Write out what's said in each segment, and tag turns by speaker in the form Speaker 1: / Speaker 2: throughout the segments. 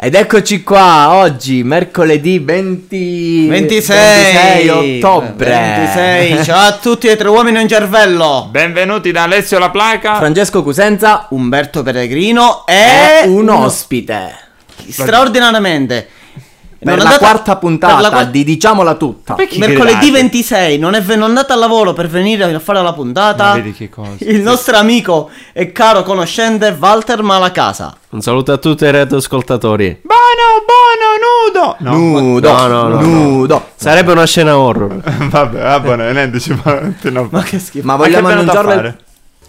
Speaker 1: Ed eccoci qua oggi, mercoledì 20...
Speaker 2: 26,
Speaker 1: 26 ottobre.
Speaker 2: 26. Ciao a tutti e tre uomini e un cervello.
Speaker 3: Benvenuti da Alessio La Placa.
Speaker 1: Francesco Cusenza
Speaker 2: Umberto Pellegrino
Speaker 1: è
Speaker 2: è
Speaker 1: un ospite.
Speaker 2: straordinariamente
Speaker 1: Per
Speaker 2: non è
Speaker 1: la
Speaker 2: andato-
Speaker 1: quarta puntata
Speaker 2: per la qua-
Speaker 1: di Diciamola tutta.
Speaker 3: Perché
Speaker 2: mercoledì
Speaker 3: gridate?
Speaker 2: 26 non è, ve- non è andato al lavoro per venire a fare la puntata.
Speaker 3: Ma vedi che cosa.
Speaker 2: Il nostro amico e caro conoscente Walter Malacasa.
Speaker 4: Un saluto a tutti i radioascoltatori.
Speaker 3: Buono, buono, nudo.
Speaker 1: nudo,
Speaker 4: no, no, no, no.
Speaker 1: nudo.
Speaker 4: Sarebbe una scena horror.
Speaker 3: Vabbè, ah, eh, vabbè, non è anticipatamente no.
Speaker 2: Ma che schifo.
Speaker 1: Ma vogliamo
Speaker 3: che è venuto a
Speaker 1: annunciarlo?
Speaker 3: fare?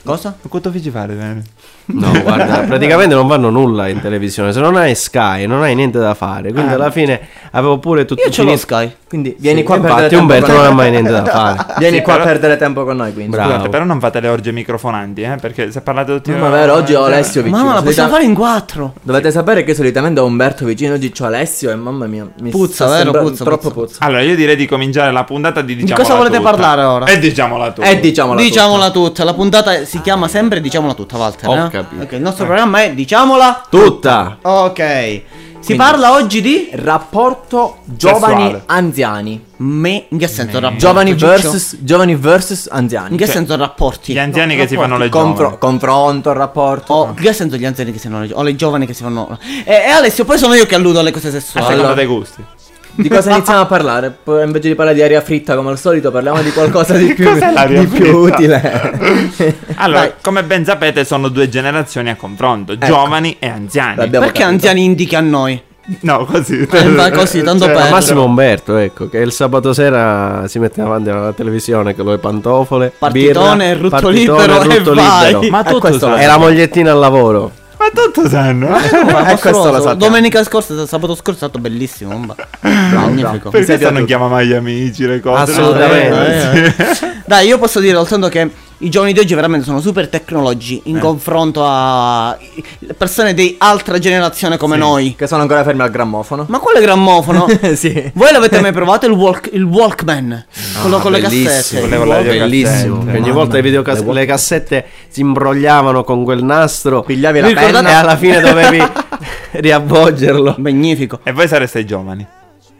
Speaker 2: Cosa?
Speaker 3: Quanto vi ci pare, bene?
Speaker 4: No, guarda, praticamente non vanno nulla in televisione. Se non hai Sky, non hai niente da fare. Quindi alla fine avevo pure tutto
Speaker 2: Ah. Io ce l'ho Sky.
Speaker 1: Quindi vieni qua a perdere
Speaker 4: Infatti,
Speaker 1: tempo
Speaker 4: Umberto
Speaker 1: con
Speaker 4: non
Speaker 1: noi.
Speaker 4: ha mai niente da fare.
Speaker 1: Vieni
Speaker 3: Sì,
Speaker 1: qua
Speaker 3: però-
Speaker 1: a perdere tempo con noi, quindi.
Speaker 4: Bravo.
Speaker 3: Scusate, però non fate le orge microfonanti, eh, perché se parlate tutti...
Speaker 1: Ma vero, oggi ho
Speaker 3: Cioè,
Speaker 1: Alessio vicino.
Speaker 2: Mamma, la
Speaker 1: Solita-
Speaker 2: possiamo fare in quattro.
Speaker 1: Dovete sapere che solitamente ho Umberto vicino, oggi c'ho Alesio e mamma mia, mi
Speaker 2: Puzza,
Speaker 1: sta
Speaker 2: vero?
Speaker 1: sembrando
Speaker 2: Puzza,
Speaker 1: troppo
Speaker 2: puzza.
Speaker 1: puzza.
Speaker 3: Allora, io direi di cominciare la puntata di diciamo
Speaker 2: cosa volete parlare ora?
Speaker 3: E diciamola tu.
Speaker 1: E diciamola
Speaker 2: Diciamola tutta, la puntata si chiama sempre Diciamola tutta, Walter.
Speaker 4: Ho
Speaker 2: eh?
Speaker 4: capito.
Speaker 2: Ok, il nostro programma è Diciamola.
Speaker 4: Tutta!
Speaker 2: Ok. Si parla oggi di
Speaker 1: Rapporto
Speaker 2: Cioè,
Speaker 1: giovani
Speaker 3: Sessuale.
Speaker 1: anziani.
Speaker 2: me. In che senso rapporti?
Speaker 1: Giovani
Speaker 2: Ciccio?
Speaker 1: versus, giovani versus
Speaker 2: Eh, In
Speaker 1: anziani. Cioè,
Speaker 2: che senso rapporti?
Speaker 3: Gli anziani che si fanno le
Speaker 1: Confro-
Speaker 3: giovani.
Speaker 1: confronto, rapporto.
Speaker 2: Oh, in che senso gli anziani che si fanno le giovani? O le giovani che si fanno. E, e Alessio, poi sono io che alludo alle cose
Speaker 3: A
Speaker 2: sessuali.
Speaker 3: seconda
Speaker 1: Allora.
Speaker 3: dei gusti.
Speaker 1: Di cosa iniziamo a parlare? Poi, invece di parlare di aria fritta come al solito, parliamo di qualcosa di
Speaker 3: Che
Speaker 1: più,
Speaker 3: cos'è l'aria
Speaker 1: di più
Speaker 3: fritta?
Speaker 1: utile.
Speaker 3: Allora,
Speaker 2: Vai.
Speaker 3: come ben sapete, sono due generazioni a confronto, giovani e anziani.
Speaker 1: L'abbiamo-
Speaker 2: Perché
Speaker 1: capito.
Speaker 2: anziani indichi a noi?
Speaker 3: No, così.
Speaker 2: va così, tanto
Speaker 3: Cioè,
Speaker 2: per-
Speaker 3: ma-
Speaker 4: Massimo Umberto, ecco, che il sabato sera si mette davanti alla televisione con le pantofole,
Speaker 2: Partitone,
Speaker 4: birra,
Speaker 2: rutto
Speaker 4: partitone,
Speaker 2: libero e
Speaker 4: rutto
Speaker 2: vai.
Speaker 4: libero.
Speaker 3: Ma
Speaker 1: Eh,
Speaker 3: tutto
Speaker 1: questo
Speaker 3: sanno.
Speaker 4: E la mogliettina al lavoro.
Speaker 3: Ma tutto sanno.
Speaker 1: Eh, questo lo
Speaker 2: Mostruoso.
Speaker 1: sappiamo.
Speaker 2: Domenica scorsa, sabato scorso è stato bellissimo. bomba. Magnifico.
Speaker 1: Mi sei
Speaker 3: Perché se
Speaker 1: piaciuto.
Speaker 3: non chiama mai gli amici le cose?
Speaker 4: Assolutamente.
Speaker 3: Eh, eh, eh.
Speaker 2: Ah, Dai, io posso dire soltanto che i giovani di oggi veramente sono super tecnologi in confronto a persone di altra generazione come noi.
Speaker 1: che sono ancora fermi al grammofono.
Speaker 2: Ma quale grammofono?
Speaker 1: sì.
Speaker 2: Voi l'avete mai provato il, walk- il Walkman? quello con le cassette.
Speaker 3: Volevo la videocassetta.
Speaker 4: bellissimo.
Speaker 2: Eh,
Speaker 4: Che ogni
Speaker 1: Mamma
Speaker 4: volta i
Speaker 1: mia.
Speaker 4: videocass- le cassette si imbrogliavano con quel nastro.
Speaker 1: Pigliavi la
Speaker 4: Vi ricordate?
Speaker 1: penna?
Speaker 4: E alla fine dovevi riavvolgerlo.
Speaker 2: Magnifico.
Speaker 3: E voi sareste i giovani.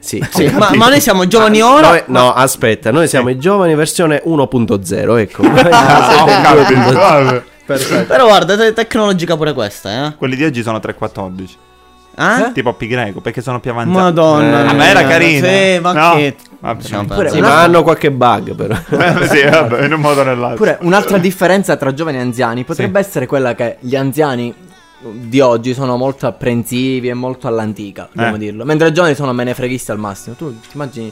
Speaker 4: Sì.
Speaker 2: Sì, ma, ma noi siamo giovani
Speaker 4: Noi-
Speaker 2: ora.
Speaker 4: no, eh. aspetta, noi siamo i giovani versione 1.0, ecco.
Speaker 3: Ah, ho capito, vabbè.
Speaker 2: Però guarda, è tecnologica pure questa, eh.
Speaker 3: Quelli di oggi sono 3-14.
Speaker 2: Eh?
Speaker 3: Tipo Pi greco, perché sono più avanzati.
Speaker 2: Madonna.
Speaker 3: Ah,
Speaker 2: mia.
Speaker 3: ma era carino.
Speaker 2: Sì, ma
Speaker 3: No.
Speaker 2: che.
Speaker 3: Vabbè.
Speaker 2: Sì, no,
Speaker 3: Pure-
Speaker 2: penso.
Speaker 4: Sì, ma hanno qualche bug però.
Speaker 3: Eh, sì, vabbè, in un modo o nell'altro.
Speaker 1: Pure un'altra differenza tra giovani e anziani potrebbe essere quella che gli anziani di oggi sono molto apprensivi e molto all'antica, dobbiamo
Speaker 3: Eh.
Speaker 1: dirlo. Mentre i giovani sono menefreghisti al massimo. Tu ti immagini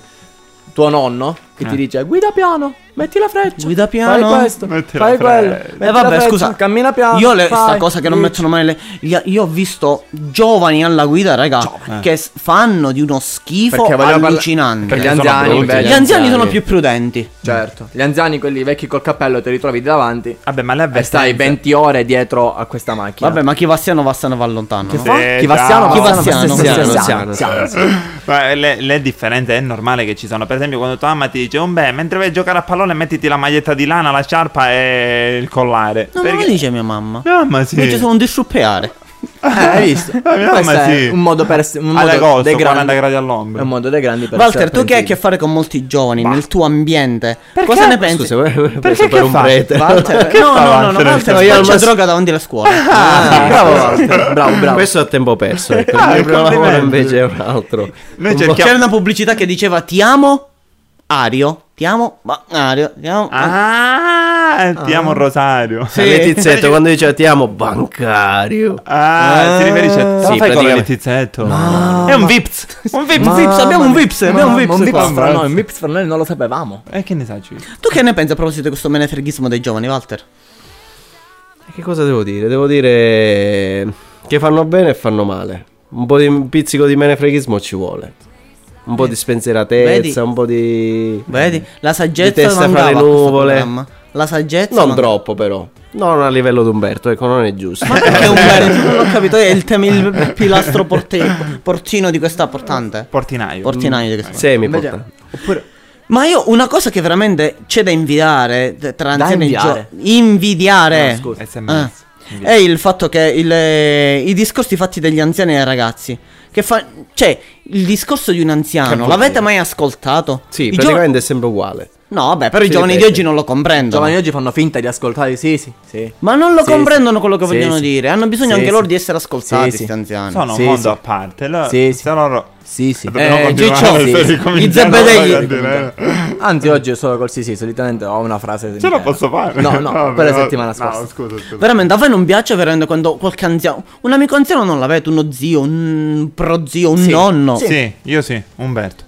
Speaker 1: tuo nonno che ti
Speaker 3: Eh.
Speaker 1: dice guida piano, metti la freccia.
Speaker 2: Guida piano,
Speaker 1: Fai questo,
Speaker 3: metti la
Speaker 1: fai quello.
Speaker 3: freccia."
Speaker 1: metti
Speaker 2: E
Speaker 1: la
Speaker 2: Eh, vabbè,
Speaker 1: freccia,
Speaker 2: scusa,
Speaker 1: Cammina piano.
Speaker 2: Io le, sta
Speaker 1: fai,
Speaker 2: cosa che non
Speaker 1: dici.
Speaker 2: mettono mai le. gli- Io ho visto giovani alla guida, raga, che s- fanno di uno schifo
Speaker 1: Perché voglio parla-
Speaker 2: allucinante.
Speaker 1: Perché
Speaker 4: Perché sono
Speaker 1: gli anziani
Speaker 4: brutti,
Speaker 1: invece-
Speaker 2: Gli anziani sono più prudenti.
Speaker 1: Certo, gli anziani quelli vecchi col cappello te li trovi davanti
Speaker 3: Vabbè, ma le
Speaker 1: e Ah, stai
Speaker 3: avvertenze.
Speaker 1: 20 ore dietro a questa macchina.
Speaker 2: Eh, Vabbè, ma chi va siano va siano va lontano. no?
Speaker 3: fa?
Speaker 1: Chi va siano,
Speaker 2: Chi
Speaker 1: va
Speaker 2: va
Speaker 1: siano,
Speaker 2: siano,
Speaker 1: va siano,
Speaker 2: siano,
Speaker 1: va
Speaker 4: siano,
Speaker 1: siano.
Speaker 3: Ma le, le differenze è normale che ci sono. Per esempio, quando tua mamma ti dice: Oh, beh, mentre vai a giocare a pallone, mettiti la maglietta di lana, la sciarpa e il collare.
Speaker 2: No, ma
Speaker 3: Perché-
Speaker 2: lo dice mia mamma.
Speaker 3: Mia mamma sì.
Speaker 2: Io ci sono un disciuppeare.
Speaker 1: Eh, hai visto?
Speaker 3: Ah, mia
Speaker 1: Questo
Speaker 3: mamma
Speaker 1: è
Speaker 3: sì.
Speaker 1: un modo per essere un
Speaker 3: Alle
Speaker 1: modo
Speaker 3: agosto,
Speaker 1: dei grandi
Speaker 3: 40 gradi
Speaker 1: È
Speaker 3: all'ombra.
Speaker 1: un modo dei grandi per
Speaker 2: Walter,
Speaker 1: essere
Speaker 2: tu che hai a che
Speaker 1: apprensivi.
Speaker 2: fare con molti giovani nel tuo ambiente? Cosa ne pensi?
Speaker 4: Scusa, perché
Speaker 3: Perché
Speaker 4: per
Speaker 3: che
Speaker 4: un
Speaker 3: fa?
Speaker 4: prete.
Speaker 2: Walter,
Speaker 3: Che
Speaker 2: no,
Speaker 3: fa
Speaker 2: no, no, no,
Speaker 3: Walter?
Speaker 2: Walter,
Speaker 4: No, io al
Speaker 2: spaccia
Speaker 4: mass-
Speaker 2: droga davanti alla scuola.
Speaker 1: Ah, bravo Walter, bravo, bravo.
Speaker 4: Questo è a tempo perso, ecco.
Speaker 3: Ah,
Speaker 4: il mio primo lavoro
Speaker 3: complimenti.
Speaker 4: invece è un altro.
Speaker 3: Noi
Speaker 4: Un po'
Speaker 3: cerchiamo-
Speaker 2: C'era una pubblicità che diceva ti amo, Ario, ti amo, ma Ario, ti amo.
Speaker 3: Ah, ti amo Rosario.
Speaker 4: A Letizzetto quando dice ti amo bancario.
Speaker 3: Ah,
Speaker 1: Ah,
Speaker 3: si riferisce a
Speaker 4: sì,
Speaker 3: sì, fai con
Speaker 4: praticamente.
Speaker 3: il Letizzetto. È un Vips. Un Vips.
Speaker 2: Ma- Vips, abbiamo un
Speaker 1: Mamma
Speaker 2: Vips,
Speaker 1: mia,
Speaker 2: abbiamo un
Speaker 1: mamma,
Speaker 2: Vips qua.
Speaker 1: fra noi, un Vips fra noi non lo sapevamo.
Speaker 3: E che ne sa Ci?
Speaker 2: Tu che ne pensi a proposito di questo menefreghismo dei giovani, Walter?
Speaker 4: Che cosa devo dire? Devo dire che fanno bene e fanno male. Un po' di un pizzico di menefreghismo ci vuole. Un po' di spensieratezza,
Speaker 2: Vedi?
Speaker 4: un po' di...
Speaker 2: Vedi? La
Speaker 4: Di
Speaker 2: saggezza
Speaker 4: testa fra
Speaker 2: mancava
Speaker 4: le
Speaker 2: a questo
Speaker 4: nuvole.
Speaker 2: programma. La saggezza
Speaker 4: Non
Speaker 2: mancava.
Speaker 4: troppo però. Non a livello di Umberto, ecco, non è giusto.
Speaker 2: Ma perché un bel... Non ho capito, è il, tem- il pilastro porte- portino di questa portante.
Speaker 3: Portinaio. Mm.
Speaker 2: Portinaio di questa.
Speaker 4: Semi
Speaker 1: Invece-
Speaker 4: porta.
Speaker 1: Oppure
Speaker 2: Ma io una cosa che veramente c'è da invidiare t- tra
Speaker 1: Da
Speaker 2: anziani e
Speaker 1: invidiare?
Speaker 2: gio- Invidiare.
Speaker 1: No, scusa.
Speaker 3: SMS.
Speaker 2: Eh. è il fatto che il- i discorsi fatti dagli anziani e dai ragazzi. Che fa, cioè, il discorso di un anziano,
Speaker 4: Che
Speaker 2: l'avete
Speaker 4: brutto.
Speaker 2: mai ascoltato?
Speaker 4: Sì,
Speaker 2: I gio-
Speaker 4: praticamente è sempre uguale.
Speaker 2: No, vabbè, però i
Speaker 4: Si
Speaker 2: giovani di
Speaker 4: ripete.
Speaker 2: oggi non lo
Speaker 1: I
Speaker 2: comprendono.
Speaker 1: giovani oggi fanno finta di ascoltare, sì, sì, sì.
Speaker 2: Ma non lo
Speaker 1: Sì,
Speaker 2: comprendono
Speaker 1: sì.
Speaker 2: quello che
Speaker 1: Sì,
Speaker 2: vogliono
Speaker 1: sì.
Speaker 2: dire. Hanno bisogno
Speaker 1: Sì,
Speaker 2: anche loro
Speaker 1: sì.
Speaker 2: di essere ascoltati,
Speaker 1: Sì,
Speaker 2: questi
Speaker 1: sì.
Speaker 2: anziano.
Speaker 3: Sono
Speaker 1: Sì,
Speaker 3: un mondo
Speaker 1: sì.
Speaker 3: a parte. Lo,
Speaker 1: Sì, sì.
Speaker 3: se loro-
Speaker 1: Sì, sì.
Speaker 3: Dobbiamo
Speaker 2: Eh,
Speaker 3: continuare
Speaker 2: Giccio,
Speaker 3: per
Speaker 2: sì.
Speaker 3: ricominciare
Speaker 2: I zebedei.
Speaker 3: a dire-
Speaker 1: Anzi, oggi è solo col sì, sì, solitamente ho una frase.
Speaker 3: Ce la
Speaker 1: intera.
Speaker 3: posso fare?
Speaker 1: Eh. No, no,
Speaker 3: Vabbè,
Speaker 1: quella
Speaker 3: vabbè.
Speaker 1: settimana scorsa.
Speaker 3: No, scusa, scusa.
Speaker 2: Veramente, a voi non piace veramente quando qualche anziano. Un amico anziano non l'avete, uno zio, un prozio, un
Speaker 1: Sì.
Speaker 2: nonno.
Speaker 3: Sì. io sì, Umberto.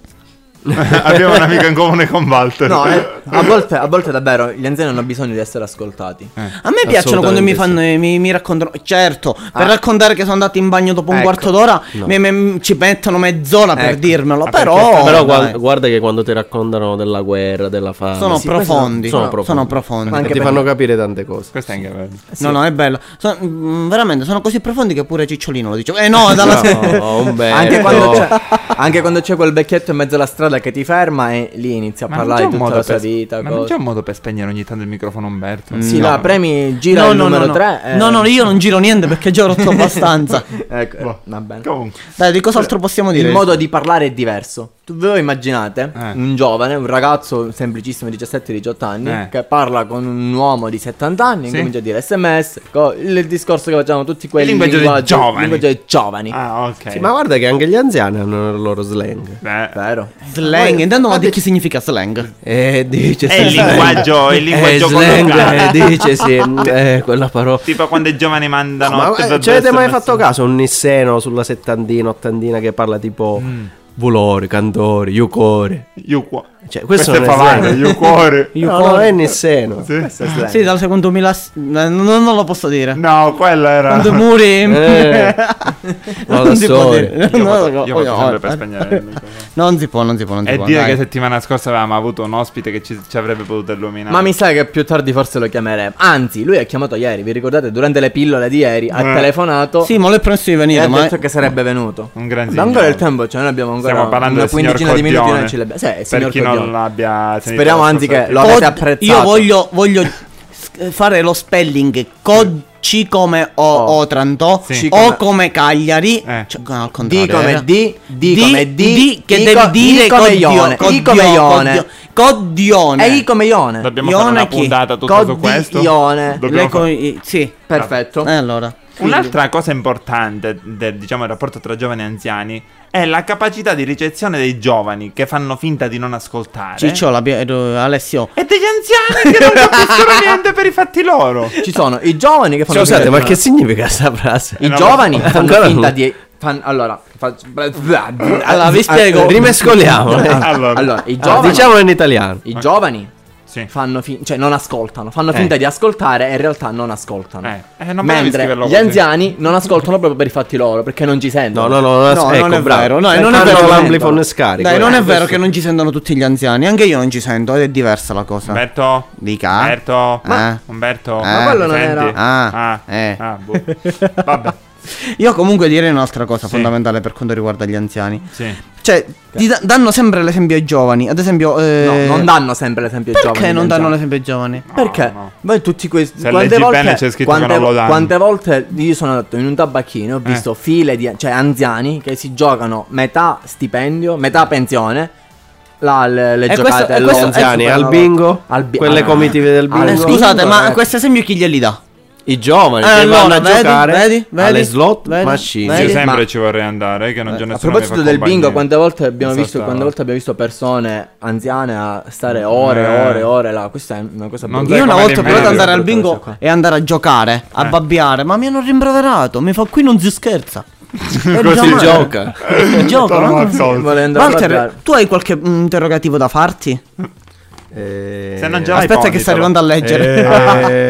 Speaker 3: Abbiamo un amico in comune con Walter.
Speaker 1: No, eh, a, volte, a volte davvero gli anziani hanno bisogno di essere ascoltati.
Speaker 3: Eh,
Speaker 2: A me piacciono quando mi
Speaker 4: Assolutamente
Speaker 2: fanno. Mi, mi raccontano. Certo, per
Speaker 1: Ah.
Speaker 2: raccontare che sono andato in bagno dopo un
Speaker 1: Ecco.
Speaker 2: quarto d'ora,
Speaker 4: No.
Speaker 2: mi- mi- ci mettono mezz'ora per
Speaker 1: Ecco.
Speaker 2: dirmelo.
Speaker 3: Ah,
Speaker 2: Però.
Speaker 3: perché-
Speaker 4: Però
Speaker 2: Oh, dai,
Speaker 4: guarda, guarda che quando ti raccontano della guerra, della fame,
Speaker 2: sono,
Speaker 1: sì, questo-
Speaker 2: profondi,
Speaker 4: sono
Speaker 2: sono profondi.
Speaker 4: profondi.
Speaker 1: Ma anche
Speaker 4: ti
Speaker 1: per-
Speaker 4: fanno capire tante cose.
Speaker 3: Questo è anche vero.
Speaker 2: No, no, è bello. Sono- mm, veramente, sono così profondi che pure Cicciolino lo dice. Eh no, dalla
Speaker 4: No, Oh, Umberto.
Speaker 3: eh,
Speaker 1: Anche quando, c'è, anche quando c'è quel vecchietto in mezzo alla strada che ti ferma e lì inizia a
Speaker 3: Ma non
Speaker 1: parlare
Speaker 3: c'è
Speaker 1: di
Speaker 3: un
Speaker 1: tutta
Speaker 3: modo
Speaker 1: la sua
Speaker 3: per-
Speaker 1: vita. Mm,
Speaker 3: Ma non c'è
Speaker 1: cose.
Speaker 3: un modo per spegnere ogni tanto il microfono Umberto?
Speaker 1: Sì,
Speaker 3: No.
Speaker 1: la premi, gira il numero eh. 3.
Speaker 2: No, no, io non giro niente perché già ho rotto abbastanza.
Speaker 1: Ecco, eh,
Speaker 3: Boh.
Speaker 1: va bene.
Speaker 3: Comunque.
Speaker 2: Dai, di cos'altro possiamo dire?
Speaker 1: Il Cioè, modo di parlare è diverso. Tu ve lo immaginate?
Speaker 3: Eh.
Speaker 1: Un giovane, un ragazzo semplicissimo di 17-18 anni,
Speaker 3: Eh.
Speaker 1: che parla con un uomo di 70 anni,
Speaker 3: Sì.
Speaker 1: comincia a dire sms, co- il discorso che facciamo tutti quelli
Speaker 3: Il linguaggio dei
Speaker 1: linguaggio-
Speaker 3: giovani.
Speaker 1: linguaggio dei giovani.
Speaker 3: Ah, ok.
Speaker 4: Sì, ma guarda che anche gli anziani hanno il loro slang.
Speaker 3: Beh,
Speaker 1: Vero?
Speaker 3: Eh.
Speaker 2: Slang, intanto ma di chi significa slang?
Speaker 4: E dice
Speaker 3: È il
Speaker 4: slang.
Speaker 3: linguaggio- il linguaggio
Speaker 4: Eh, slang,
Speaker 3: colloquiale.
Speaker 4: eh, dice sì, mm, eh, quella parola.
Speaker 3: Tipo quando i giovani mandano.
Speaker 4: Ma eh,
Speaker 3: tutto
Speaker 4: ci avete
Speaker 3: il
Speaker 4: mai
Speaker 3: resto
Speaker 4: fatto caso a un nisseno sulla settantina, ottantina che parla tipo
Speaker 3: Mm.
Speaker 4: volore, cantore, yucore?
Speaker 3: Io qua.
Speaker 4: Cioè, questo,
Speaker 3: Questo è
Speaker 4: non è
Speaker 3: favano,
Speaker 4: slang.
Speaker 3: io cuore.
Speaker 4: No, no, è nisseno.
Speaker 3: Sì.
Speaker 2: Sì, dal secondo 2000 s- no, non, non lo posso dire.
Speaker 3: No, quello era.
Speaker 2: Quando muri
Speaker 4: Eh, no, la
Speaker 2: non si può
Speaker 4: storia.
Speaker 2: dire.
Speaker 4: Io
Speaker 2: No,
Speaker 3: Io voto-
Speaker 2: no,
Speaker 3: io voto
Speaker 2: no,
Speaker 3: sempre
Speaker 2: no,
Speaker 3: per
Speaker 2: no.
Speaker 3: spegnere il microfono.
Speaker 2: Non si può, non si può, non si
Speaker 3: E
Speaker 2: può.
Speaker 3: dire
Speaker 2: dai.
Speaker 3: che settimana scorsa avevamo avuto un ospite che ci, ci avrebbe potuto illuminare.
Speaker 1: Ma mi sa che più tardi forse lo chiameremo. Anzi, lui ha chiamato ieri, vi ricordate? Durante le pillole di ieri ha
Speaker 3: Eh.
Speaker 1: telefonato
Speaker 2: Sì, ma l'ho preso di
Speaker 1: e
Speaker 2: venire,
Speaker 1: ha
Speaker 2: ma
Speaker 1: Eh, detto che sarebbe venuto.
Speaker 3: Un gran
Speaker 1: Ma ancora
Speaker 3: signore.
Speaker 1: il tempo, cioè noi abbiamo ancora
Speaker 3: Stiamo parlando
Speaker 1: una
Speaker 3: del signor
Speaker 1: quindicina di minuti.
Speaker 3: Codione.
Speaker 1: Noi ce l'abbiamo. Sì,
Speaker 3: Per
Speaker 1: signor
Speaker 3: chi non
Speaker 1: Codione.
Speaker 3: l'abbia sentito
Speaker 1: Speriamo
Speaker 3: la
Speaker 1: anzi
Speaker 3: scorsa
Speaker 1: che lo avete apprezzato.
Speaker 2: Io voglio, voglio s- fare lo spelling co- C come O,
Speaker 1: Oh.
Speaker 2: Otranto,
Speaker 3: Sì.
Speaker 2: O come Cagliari,
Speaker 3: Eh.
Speaker 2: cioè, no, al
Speaker 1: D
Speaker 2: contrario,
Speaker 1: come
Speaker 2: era.
Speaker 1: D, D come D,
Speaker 2: che
Speaker 1: I
Speaker 2: devi
Speaker 1: co-
Speaker 2: dire
Speaker 1: I come
Speaker 2: Codio-
Speaker 1: Ione, I come
Speaker 2: Codio-
Speaker 1: Ione.
Speaker 2: Codio- Codione.
Speaker 1: E I come Ione.
Speaker 3: Dobbiamo
Speaker 2: Ione
Speaker 3: fare una
Speaker 2: chi?
Speaker 3: puntata tutta su questo.
Speaker 1: Codione.
Speaker 3: Dobbiamo
Speaker 2: Le co-
Speaker 3: fare-
Speaker 2: i- sì.
Speaker 1: Perfetto.
Speaker 2: Eh, allora.
Speaker 3: Un'altra cosa importante del diciamo, il rapporto tra giovani e anziani è la capacità di ricezione dei giovani che fanno finta di non ascoltare.
Speaker 2: Ciccio, l'abbia- eh, Alessio.
Speaker 3: E degli anziani che non capiscono niente per i fatti loro.
Speaker 1: Ci sono i giovani che fanno
Speaker 4: Scusate,
Speaker 1: finta
Speaker 4: ma
Speaker 1: di-
Speaker 4: che significa questa frase?
Speaker 1: I
Speaker 3: Eh, no,
Speaker 1: giovani
Speaker 4: ma-
Speaker 1: fanno
Speaker 4: ancora
Speaker 1: finta
Speaker 4: no.
Speaker 1: di fan- allora, faccio-
Speaker 2: Allora, vi spiego.
Speaker 4: Rimescoliamo.
Speaker 3: Allora,
Speaker 1: Allora, i
Speaker 4: Ah,
Speaker 1: giovani
Speaker 4: diciamolo in italiano.
Speaker 1: I
Speaker 2: diciamo
Speaker 1: giovani
Speaker 3: Sì.
Speaker 1: fanno fin- cioè non ascoltano, fanno
Speaker 3: Eh.
Speaker 1: finta di ascoltare e in realtà non ascoltano.
Speaker 3: Eh, eh, non potevi
Speaker 1: Mentre
Speaker 3: scriverlo
Speaker 1: gli
Speaker 3: così.
Speaker 1: anziani non ascoltano proprio per i fatti loro, perché non ci sentono.
Speaker 4: No, no, no,
Speaker 2: No,
Speaker 4: ecco,
Speaker 2: non è
Speaker 4: bravo.
Speaker 2: vero, no, non è
Speaker 4: Hanno
Speaker 2: vero.
Speaker 4: l'ampliphone scarico.
Speaker 2: Dai,
Speaker 4: eh,
Speaker 2: non è
Speaker 4: questo.
Speaker 2: vero che non ci sentono tutti gli anziani, anche io non ci sento, ed è diversa la cosa.
Speaker 3: Umberto.
Speaker 2: Dica.
Speaker 3: Umberto.
Speaker 2: Ma-
Speaker 1: Eh.
Speaker 3: Umberto.
Speaker 2: Ma
Speaker 1: quello non
Speaker 3: mi senti?
Speaker 1: era-
Speaker 2: Ah, eh.
Speaker 3: ah, boh. Vabbè.
Speaker 2: Io comunque direi un'altra cosa
Speaker 3: Sì.
Speaker 2: fondamentale per quanto riguarda gli anziani.
Speaker 3: Sì.
Speaker 2: Cioè, ti da- danno sempre l'esempio ai giovani. Ad esempio, eh,
Speaker 1: No, non danno sempre l'esempio ai
Speaker 2: Perché
Speaker 1: giovani. gli
Speaker 2: non danno
Speaker 1: anziani.
Speaker 2: l'esempio ai
Speaker 4: Eh,
Speaker 2: giovani?
Speaker 3: No,
Speaker 1: Perché?
Speaker 3: no.
Speaker 1: Voi tutti questi.
Speaker 3: Se
Speaker 1: quante
Speaker 3: leggi
Speaker 1: volte,
Speaker 3: bene c'è scritto che
Speaker 1: quante,
Speaker 3: non lo danno. Eh.
Speaker 1: quante volte io sono andato in un tabacchino, ho visto file di cioè, anziani che si giocano metà stipendio, metà pensione. La, le, le
Speaker 2: E questo-
Speaker 1: giocate
Speaker 2: e
Speaker 1: lo-
Speaker 2: questo-
Speaker 4: Anziani,
Speaker 1: eh,
Speaker 4: al
Speaker 1: superano-
Speaker 4: bingo?
Speaker 1: al bi-
Speaker 4: Quelle
Speaker 1: ah,
Speaker 4: comitive del
Speaker 1: ah,
Speaker 4: bingo?
Speaker 2: Eh,
Speaker 1: al
Speaker 2: Scusate,
Speaker 1: bingo,
Speaker 2: ma
Speaker 1: ragazzi.
Speaker 2: questo esempio chi glieli dà? Eh,
Speaker 4: I
Speaker 1: Ah,
Speaker 4: giovani che
Speaker 2: Allora,
Speaker 4: ecco. vanno a
Speaker 2: vedi,
Speaker 4: giocare
Speaker 2: vedi, vedi?
Speaker 4: alle slot machine.
Speaker 2: vedi?
Speaker 3: Io sempre
Speaker 1: Ma- Eh,
Speaker 3: ci vorrei andare, eh, che non c'è
Speaker 1: A
Speaker 3: nessuno. che
Speaker 1: proposito
Speaker 3: fa
Speaker 1: del
Speaker 3: compagnia.
Speaker 1: bingo, quante volte abbiamo
Speaker 3: Non so
Speaker 1: visto,
Speaker 3: sta-
Speaker 1: quante volte abbiamo visto persone anziane a stare ore e
Speaker 3: Eh.
Speaker 1: ore e ore là? Questa è una cosa
Speaker 3: Non
Speaker 1: brutta.
Speaker 3: Dai,
Speaker 2: Io una
Speaker 3: come
Speaker 2: volta ho provato
Speaker 3: rimedi?
Speaker 2: ad andare al
Speaker 1: Brutta
Speaker 2: bingo
Speaker 1: questa qua.
Speaker 2: e andare a giocare, a
Speaker 3: Eh.
Speaker 2: babbiare, ma mi hanno rimproverato. Mi fa qui non si scherza. E
Speaker 4: Così
Speaker 2: giocare.
Speaker 4: gioca.
Speaker 2: Si gioca.
Speaker 3: Torno
Speaker 2: ma-
Speaker 3: al solito.
Speaker 1: Volendo
Speaker 2: Walter,
Speaker 1: arrabbiare.
Speaker 2: tu hai qualche mm, interrogativo da farti?
Speaker 4: Eh,
Speaker 3: Se non ce l'hai,
Speaker 2: Aspetta, che
Speaker 3: ponditelo.
Speaker 2: sta arrivando a leggere.
Speaker 4: eh,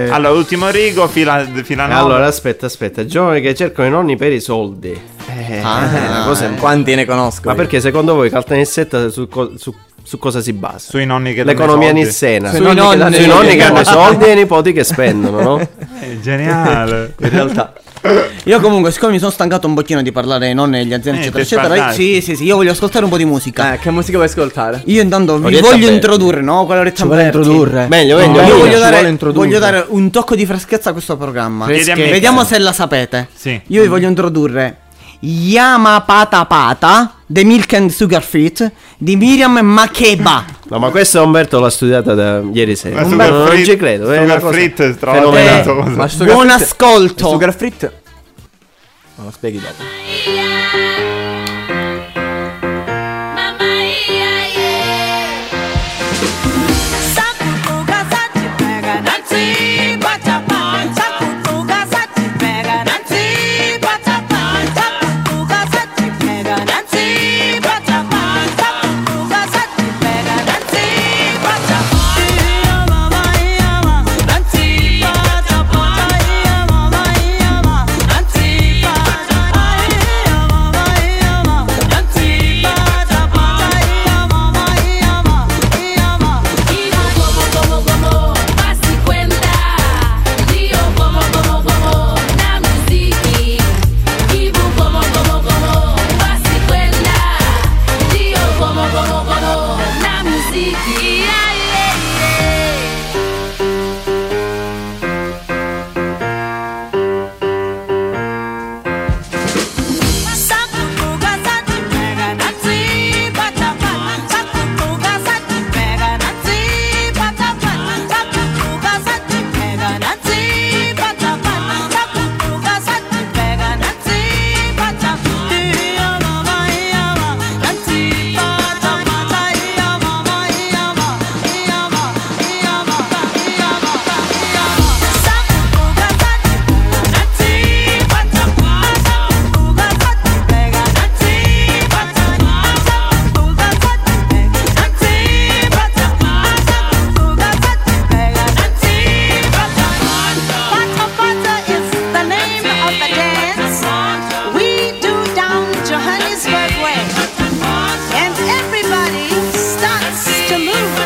Speaker 3: Ah, allora, ultimo rigo, fila, fila nove.
Speaker 4: Allora, aspetta, aspetta. Giovani che cercano i nonni per i soldi. Eh,
Speaker 2: Ah,
Speaker 4: è una cosa
Speaker 1: eh. Quanti ne conosco?
Speaker 4: Ma
Speaker 1: io?
Speaker 4: perché secondo voi Caltanissetta su, co- su, su cosa si basa?
Speaker 3: Sui nonni che danno i
Speaker 4: L'economia
Speaker 3: soldi.
Speaker 4: nissena.
Speaker 1: Sui
Speaker 4: Sui
Speaker 1: nonni che danno
Speaker 4: nonni,
Speaker 1: i
Speaker 4: sui
Speaker 1: soldi.
Speaker 4: nonni che hanno i soldi e i nipoti che spendono, no?
Speaker 3: È Eh, geniale.
Speaker 1: In realtà,
Speaker 2: Io comunque, siccome mi sono stancato un pochino di parlare non negli aziende,
Speaker 3: Eh,
Speaker 2: eccetera,
Speaker 3: te
Speaker 2: eccetera.
Speaker 3: sparlassi.
Speaker 2: Sì, sì, sì, io voglio ascoltare un po' di musica.
Speaker 1: eh, che musica vuoi ascoltare?
Speaker 2: Io intanto vi
Speaker 4: Orietta
Speaker 2: voglio
Speaker 4: Berti.
Speaker 2: introdurre, no? Quella oretta Berti.
Speaker 4: Meglio,
Speaker 2: Io
Speaker 4: meglio, meglio.
Speaker 2: voglio
Speaker 1: Ci vuole
Speaker 2: dare,
Speaker 1: introdurre.
Speaker 2: voglio dare un tocco di freschezza a questo programma.
Speaker 3: Chiedi a me.
Speaker 2: Vediamo se la sapete.
Speaker 3: Sì.
Speaker 2: Io vi voglio introdurre Yama Pata Pata, The Milk and Sugar Fit di Miriam Makeba.
Speaker 4: No, ma questa Umberto l'ha studiata da ieri sera.
Speaker 3: Ma
Speaker 4: Non,
Speaker 3: Sugar
Speaker 4: non
Speaker 3: Frit-
Speaker 4: ci credo. eh, È una
Speaker 3: Sugar
Speaker 4: cosa
Speaker 3: Frit, tra l'altro,
Speaker 4: fenomenale.
Speaker 3: è nato-
Speaker 1: sto
Speaker 2: Buon
Speaker 1: graffit-
Speaker 2: ascolto.
Speaker 1: Sto graffit. Ma lo spieghi dopo.
Speaker 5: Mamma ia ia Sacutuca sa te pega Nancy bate a pan Sacutuca sa te pega Nancy bate a pan Sacutuca sa te pega Nancy bate a pan Sacutuca sa te pega Nancy bate a pan Ia mamma ia ma Nancy bate a pan Ia mamma ia ma Nancy bate a pan Ia mamma ia ma Nancy bate a pan Ia mamma ia ma Ia ma
Speaker 6: Digo como, como, como, más 50. Dio como, como, como, la musica. Digo como, como, como, más 50. Dio como, como, como, la musica. Ay, ay, ay.
Speaker 5: Sacutuca, sa te pega, Nancy, patapata. Sacutuca, sa te pega, Nancy, patapata. Sacutuca, sa te pega, Nancy, patapata. Sacutuca, sa te pega, Nancy, patapata. Ia mama, ia ma, Nancy, patapata. Ia mama, ia ma, ia ma, ia ma, ia ma, ia ma. Sacutuca, sa te pega, Nancy, patapata. Sacutuca, sa te pega, Nancy, patapata. Sacutuca, sa te pega, Nancy, patapata. Sacutuca, sa te pega, Nancy, patapata. Patapata is the name of the dance we do down Johannesburg way, and everybody starts to move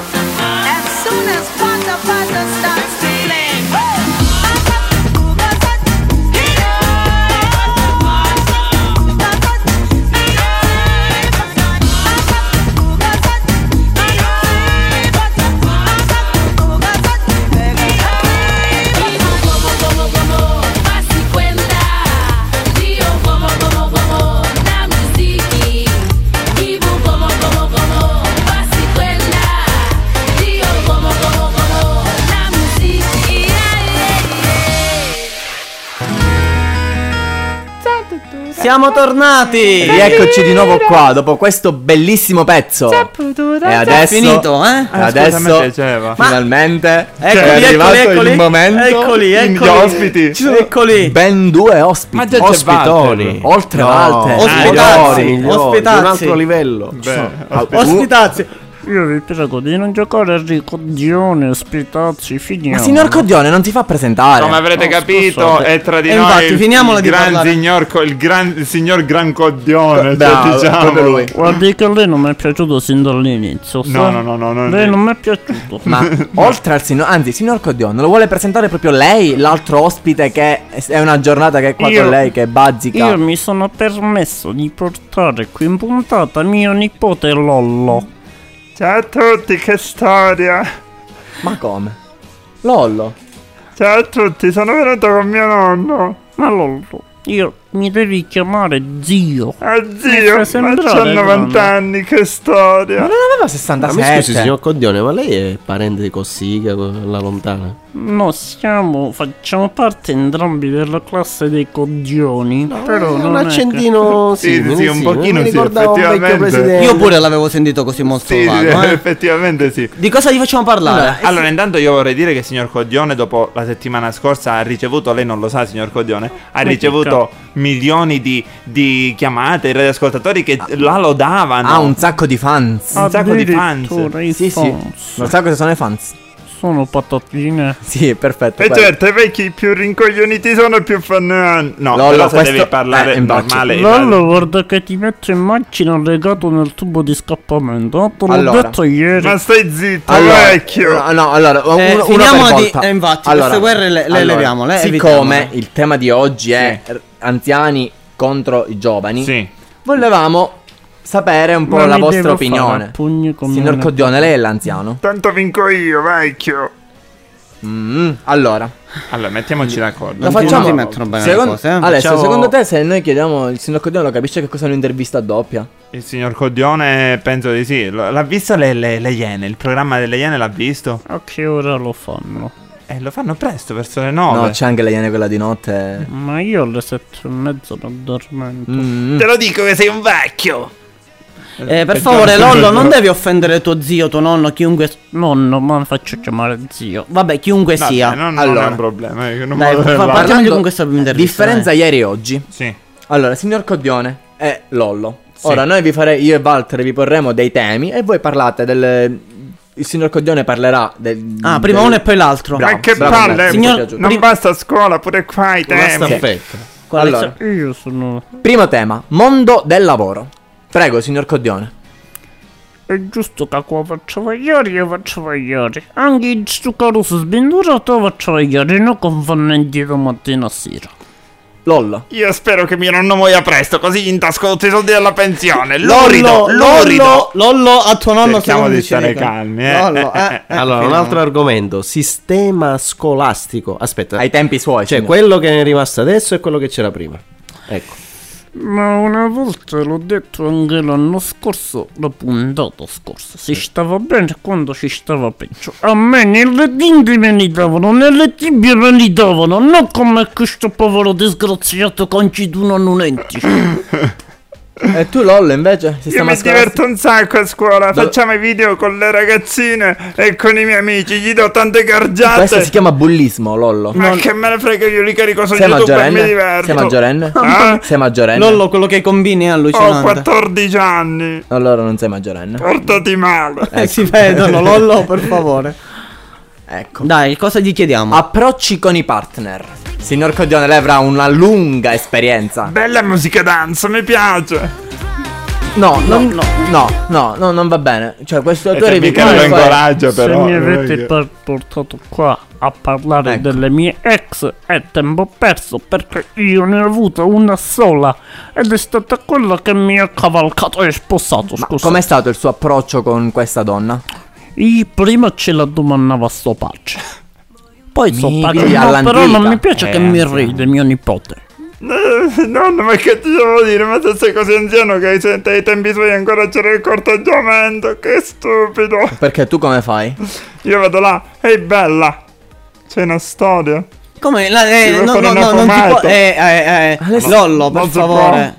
Speaker 5: as soon as patapata starts to play.
Speaker 6: Digo como, como, como, más 50. Dio como, como, como, la musica. Digo como, como, como, más 50. Dio como, como, como, la musica. Ay, ay, ay.
Speaker 2: Siamo tornati.
Speaker 1: Rieccoci di nuovo qua dopo questo bellissimo pezzo. E adesso
Speaker 2: È finito, eh?
Speaker 1: E
Speaker 2: Eh,
Speaker 1: adesso
Speaker 3: ascolta, a me piaceva.
Speaker 1: Ma- finalmente
Speaker 2: Eccoli,
Speaker 1: è arrivato
Speaker 2: eccoli, eccoli.
Speaker 1: il momento.
Speaker 2: Eccoli, eccoli.
Speaker 3: Gli ospiti.
Speaker 2: Ci sono- Eccoli.
Speaker 1: Ben due ospiti.
Speaker 3: Ma già c'è
Speaker 4: Ospitoni.
Speaker 3: Walter.
Speaker 1: Oltre
Speaker 4: No,
Speaker 1: Walter.
Speaker 2: Ospitazzi,
Speaker 4: migliori, migliori,
Speaker 2: ospitazzi.
Speaker 4: di Un altro livello.
Speaker 2: Ospitazzi.
Speaker 7: Io vi prego di non giocare di coglione, ospitazzi, finiamo.
Speaker 1: Ma signor Codione non ti fa presentare.
Speaker 3: Come avrete
Speaker 7: No,
Speaker 3: capito,
Speaker 7: scusate.
Speaker 3: è tra di
Speaker 2: E
Speaker 3: noi
Speaker 2: Eh, infatti,
Speaker 3: il,
Speaker 2: finiamola
Speaker 3: il
Speaker 2: di
Speaker 3: gran
Speaker 2: parlare.
Speaker 3: signor, co- il, gran, il signor Gran Codione.
Speaker 1: Bravo,
Speaker 3: cioè, diciamo.
Speaker 1: proprio lui.
Speaker 7: Guardi che lei non mi è piaciuto sin dall'inizio,
Speaker 3: No, no, no, no, no,
Speaker 7: Lei
Speaker 3: no.
Speaker 7: non mi è piaciuto.
Speaker 1: Ma oltre al signor, anzi, il signor Codione lo vuole presentare proprio lei, l'altro ospite che è una giornata che è qua
Speaker 7: Io-
Speaker 1: con lei, che è bazzica.
Speaker 7: Io mi sono permesso di portare qui in puntata mio nipote Lollo.
Speaker 3: Ciao a tutti, che storia.
Speaker 1: Ma come? Lollo.
Speaker 3: Ciao a tutti, sono venuto con mio nonno.
Speaker 7: Ma Lollo, io mi devi chiamare zio.
Speaker 3: Ah
Speaker 7: zio, fa sembrare ma c'ha grande. 90
Speaker 3: anni, che storia.
Speaker 1: Ma non aveva
Speaker 4: Ah, mi
Speaker 1: 67.
Speaker 4: scusi, signor Codione, ma lei è parente di Cossiga, la lontana?
Speaker 7: No, siamo, facciamo parte entrambi della classe dei coglioni. però
Speaker 4: Eh,
Speaker 7: non
Speaker 4: un
Speaker 7: è che-
Speaker 4: accendino
Speaker 3: Sì,
Speaker 4: simile,
Speaker 3: sì, un pochino
Speaker 4: mi
Speaker 3: sì,
Speaker 4: ricordava un vecchio
Speaker 3: effettivamente.
Speaker 4: presidente. Eh,
Speaker 2: Io pure l'avevo sentito così molto
Speaker 3: Sì,
Speaker 2: vago, eh.
Speaker 3: effettivamente sì.
Speaker 2: Di cosa vi facciamo parlare?
Speaker 3: Ah,
Speaker 1: Eh,
Speaker 3: Allora, intanto io vorrei dire che il signor Codione, dopo la settimana scorsa, ha ricevuto, lei non lo sa, signor Codione, ha
Speaker 7: che
Speaker 3: ricevuto milioni di, di chiamate, di radioascoltatori che la lodavano.
Speaker 1: Ah. Ha un sacco di fans.
Speaker 7: Ah,
Speaker 3: un sacco di fans.
Speaker 7: Addirittura i
Speaker 1: Sì, sì.
Speaker 7: fans.
Speaker 1: Non sa cosa sono i fans.
Speaker 7: sono patatine.
Speaker 1: Sì, perfetto.
Speaker 3: E
Speaker 1: quello.
Speaker 3: certo, i vecchi più rincoglioniti sono più fan. eh, No,
Speaker 1: Lollo,
Speaker 3: però se
Speaker 1: questo-
Speaker 3: devi parlare
Speaker 1: eh, in bacio.
Speaker 3: normale.
Speaker 7: Lollo, guarda che ti metto in macchina legato nel tubo di scappamento. Te l'ho
Speaker 1: Allora.
Speaker 7: detto ieri.
Speaker 3: Ma stai zitto,
Speaker 1: eh, Allora,
Speaker 3: vecchio.
Speaker 1: no, no, allora, un-
Speaker 2: Eh,
Speaker 1: uno
Speaker 2: finiamola
Speaker 1: per
Speaker 2: di-
Speaker 1: volta.
Speaker 2: eh, infatti, queste guerre le- le leviamo, le
Speaker 1: siccome
Speaker 2: evitiamo. eh.
Speaker 1: il tema di oggi è r- anziani contro i giovani,
Speaker 3: Sì.
Speaker 1: volevamo sapere un po'
Speaker 7: Ma
Speaker 1: la
Speaker 7: mi
Speaker 1: vostra
Speaker 7: devo fare a
Speaker 1: opinione.
Speaker 7: pugni come
Speaker 1: Signor
Speaker 7: una-
Speaker 1: Codione, lei è l'anziano?
Speaker 3: Tanto vinco io, vecchio.
Speaker 1: Mm, allora,
Speaker 3: Allora, mettiamoci d'accordo.
Speaker 1: lo
Speaker 2: Non ti-
Speaker 1: facciamo.
Speaker 2: non ti mettono bene le
Speaker 1: Secon-
Speaker 2: cose, eh?
Speaker 1: Adesso,
Speaker 3: Facciamo-
Speaker 1: secondo te, se noi chiediamo il signor Codione, lo capisce che cosa è un'intervista doppia?
Speaker 3: Il signor Codione penso di sì. L- L'ha visto le, le- le Iene, il programma delle Iene l'ha visto.
Speaker 7: A che ora lo fanno?
Speaker 3: E Eh, lo fanno presto, verso le
Speaker 1: No,
Speaker 3: 9.
Speaker 1: c'è anche la iene quella di notte.
Speaker 7: Ma io alle sette e mezza mi addormento.
Speaker 1: Mm.
Speaker 3: Te lo dico che sei un vecchio.
Speaker 2: Eh, per
Speaker 3: Peccato
Speaker 2: favore,
Speaker 3: che
Speaker 2: Lollo,
Speaker 3: non-
Speaker 2: non devi offendere tuo zio, tuo nonno, chiunque.
Speaker 7: Nonno, ma mi faccio chiamare zio.
Speaker 2: Vabbè, chiunque
Speaker 3: No,
Speaker 2: sia.
Speaker 3: cioè, non, non
Speaker 1: Eh ah, Allora.
Speaker 3: è un problema. eh, Non
Speaker 2: Dai, fa-
Speaker 3: volevo-
Speaker 2: fa- Partiamo
Speaker 1: Parlando-
Speaker 2: con questa prima intervista,
Speaker 1: Differenza ieri e oggi.
Speaker 3: Sì.
Speaker 1: Allora, signor Codione e Eh, Lollo.
Speaker 3: Sì.
Speaker 1: Ora noi vi farei, io e Walter vi porremo dei temi e voi parlate del. Il signor Codione parlerà del.
Speaker 2: Ah, prima
Speaker 1: del-
Speaker 2: uno e poi l'altro.
Speaker 1: Bravo.
Speaker 3: Ma che
Speaker 1: bravo,
Speaker 3: palle!
Speaker 1: bravo,
Speaker 2: mi Signor-
Speaker 3: non
Speaker 2: piaciuto. prim-
Speaker 3: basta a scuola, pure qua i
Speaker 4: Una
Speaker 3: temi.
Speaker 4: staffetta.
Speaker 2: Quale
Speaker 1: Allora.
Speaker 2: so-
Speaker 7: Io sono...
Speaker 1: Primo tema: mondo del lavoro. Prego, signor Codione.
Speaker 7: È giusto che qua faccio ieri, io faccio ieri. Anche il zucchero sbindurato faccio ieri, non con fannenti da mattina a sera.
Speaker 1: Lollo.
Speaker 3: Io spero che mio nonno muoia presto, così gli intasco tutti i soldi della pensione. Lo
Speaker 2: Lollo,
Speaker 3: rido, lo rido.
Speaker 2: Lollo, Lollo, a tuo nonno secondo
Speaker 3: Cerchiamo di
Speaker 2: dice
Speaker 3: stare
Speaker 2: Nico.
Speaker 3: calmi, eh.
Speaker 2: Lollo, eh, eh,
Speaker 4: Allora, un
Speaker 2: fino-
Speaker 4: altro argomento, sistema scolastico. Aspetta.
Speaker 1: Ai tempi suoi.
Speaker 4: Cioè,
Speaker 1: signor.
Speaker 4: quello che è rimasto adesso e quello che c'era prima. Ecco.
Speaker 7: Ma una volta l'ho detto anche l'anno scorso, la puntata scorsa, si stava bene quando si stava peggio. A me nelle tinte me li davano, nelle tibie me li davano, non come questo povero disgraziato conciduno non enti.
Speaker 1: E tu, Lollo, invece?
Speaker 3: Io
Speaker 1: Sistema
Speaker 3: mi diverto un sacco a scuola, facciamo i video con le ragazzine e con i miei amici, gli do tante
Speaker 1: Questo si
Speaker 3: gargiate.
Speaker 1: chiama bullismo, Lollo.
Speaker 3: Ma che me ne frega, io li carico su
Speaker 1: Sei
Speaker 3: YouTube e mi
Speaker 1: maggiorenne?
Speaker 3: diverto.
Speaker 1: Sei maggiorenne?
Speaker 3: Ah,
Speaker 1: Sei maggiorenne?
Speaker 2: Lollo, quello che combini è
Speaker 3: Ho
Speaker 2: allucinante.
Speaker 3: 14 anni,
Speaker 1: Allora non sei maggiorenne.
Speaker 3: portati male.
Speaker 2: Eh, si vedono, Lollo, per favore.
Speaker 1: Ecco.
Speaker 2: Dai, cosa gli
Speaker 3: Ah,
Speaker 2: chiediamo?
Speaker 1: Approcci con i partner. Signor Codione, lei avrà una lunga esperienza.
Speaker 3: Bella musica danza, mi piace.
Speaker 1: No, no, no, no, no, no, non va bene. Cioè, questo tu arrivi
Speaker 3: mica
Speaker 1: qua
Speaker 3: lo
Speaker 1: e fai-
Speaker 3: incoraggio
Speaker 7: Se
Speaker 3: però.
Speaker 7: mi avete par- portato qua a parlare
Speaker 1: Ecco.
Speaker 7: delle mie ex è tempo perso perché io ne ho avuta una sola ed è stata quella che mi ha cavalcato e sposato,
Speaker 1: Ma
Speaker 7: scusa.
Speaker 1: com'è stato il suo approccio con questa donna?
Speaker 7: I prima ce la domandava sto pace. Poi so
Speaker 1: Mi
Speaker 7: pace.
Speaker 1: vidi
Speaker 7: No, però non
Speaker 1: all'antica.
Speaker 7: mi piace che
Speaker 3: Eh,
Speaker 7: mi
Speaker 3: anziano.
Speaker 7: ride mio nipote.
Speaker 3: Eh, Nonno, ma che ti devo dire? Ma se sei così anziano che ai se- ai tempi suoi ancora c'era il corteggiamento, che stupido.
Speaker 1: Perché tu come fai? Cioè,
Speaker 3: Io vado là, ehi bella, c'è una storia.
Speaker 2: Come? La, eh,
Speaker 3: vuoi
Speaker 2: no,
Speaker 3: fare
Speaker 2: no,
Speaker 3: una
Speaker 2: no, non ti può.
Speaker 3: fumata?
Speaker 2: Eh, eh, eh. Lollo, per
Speaker 3: non si
Speaker 2: favore.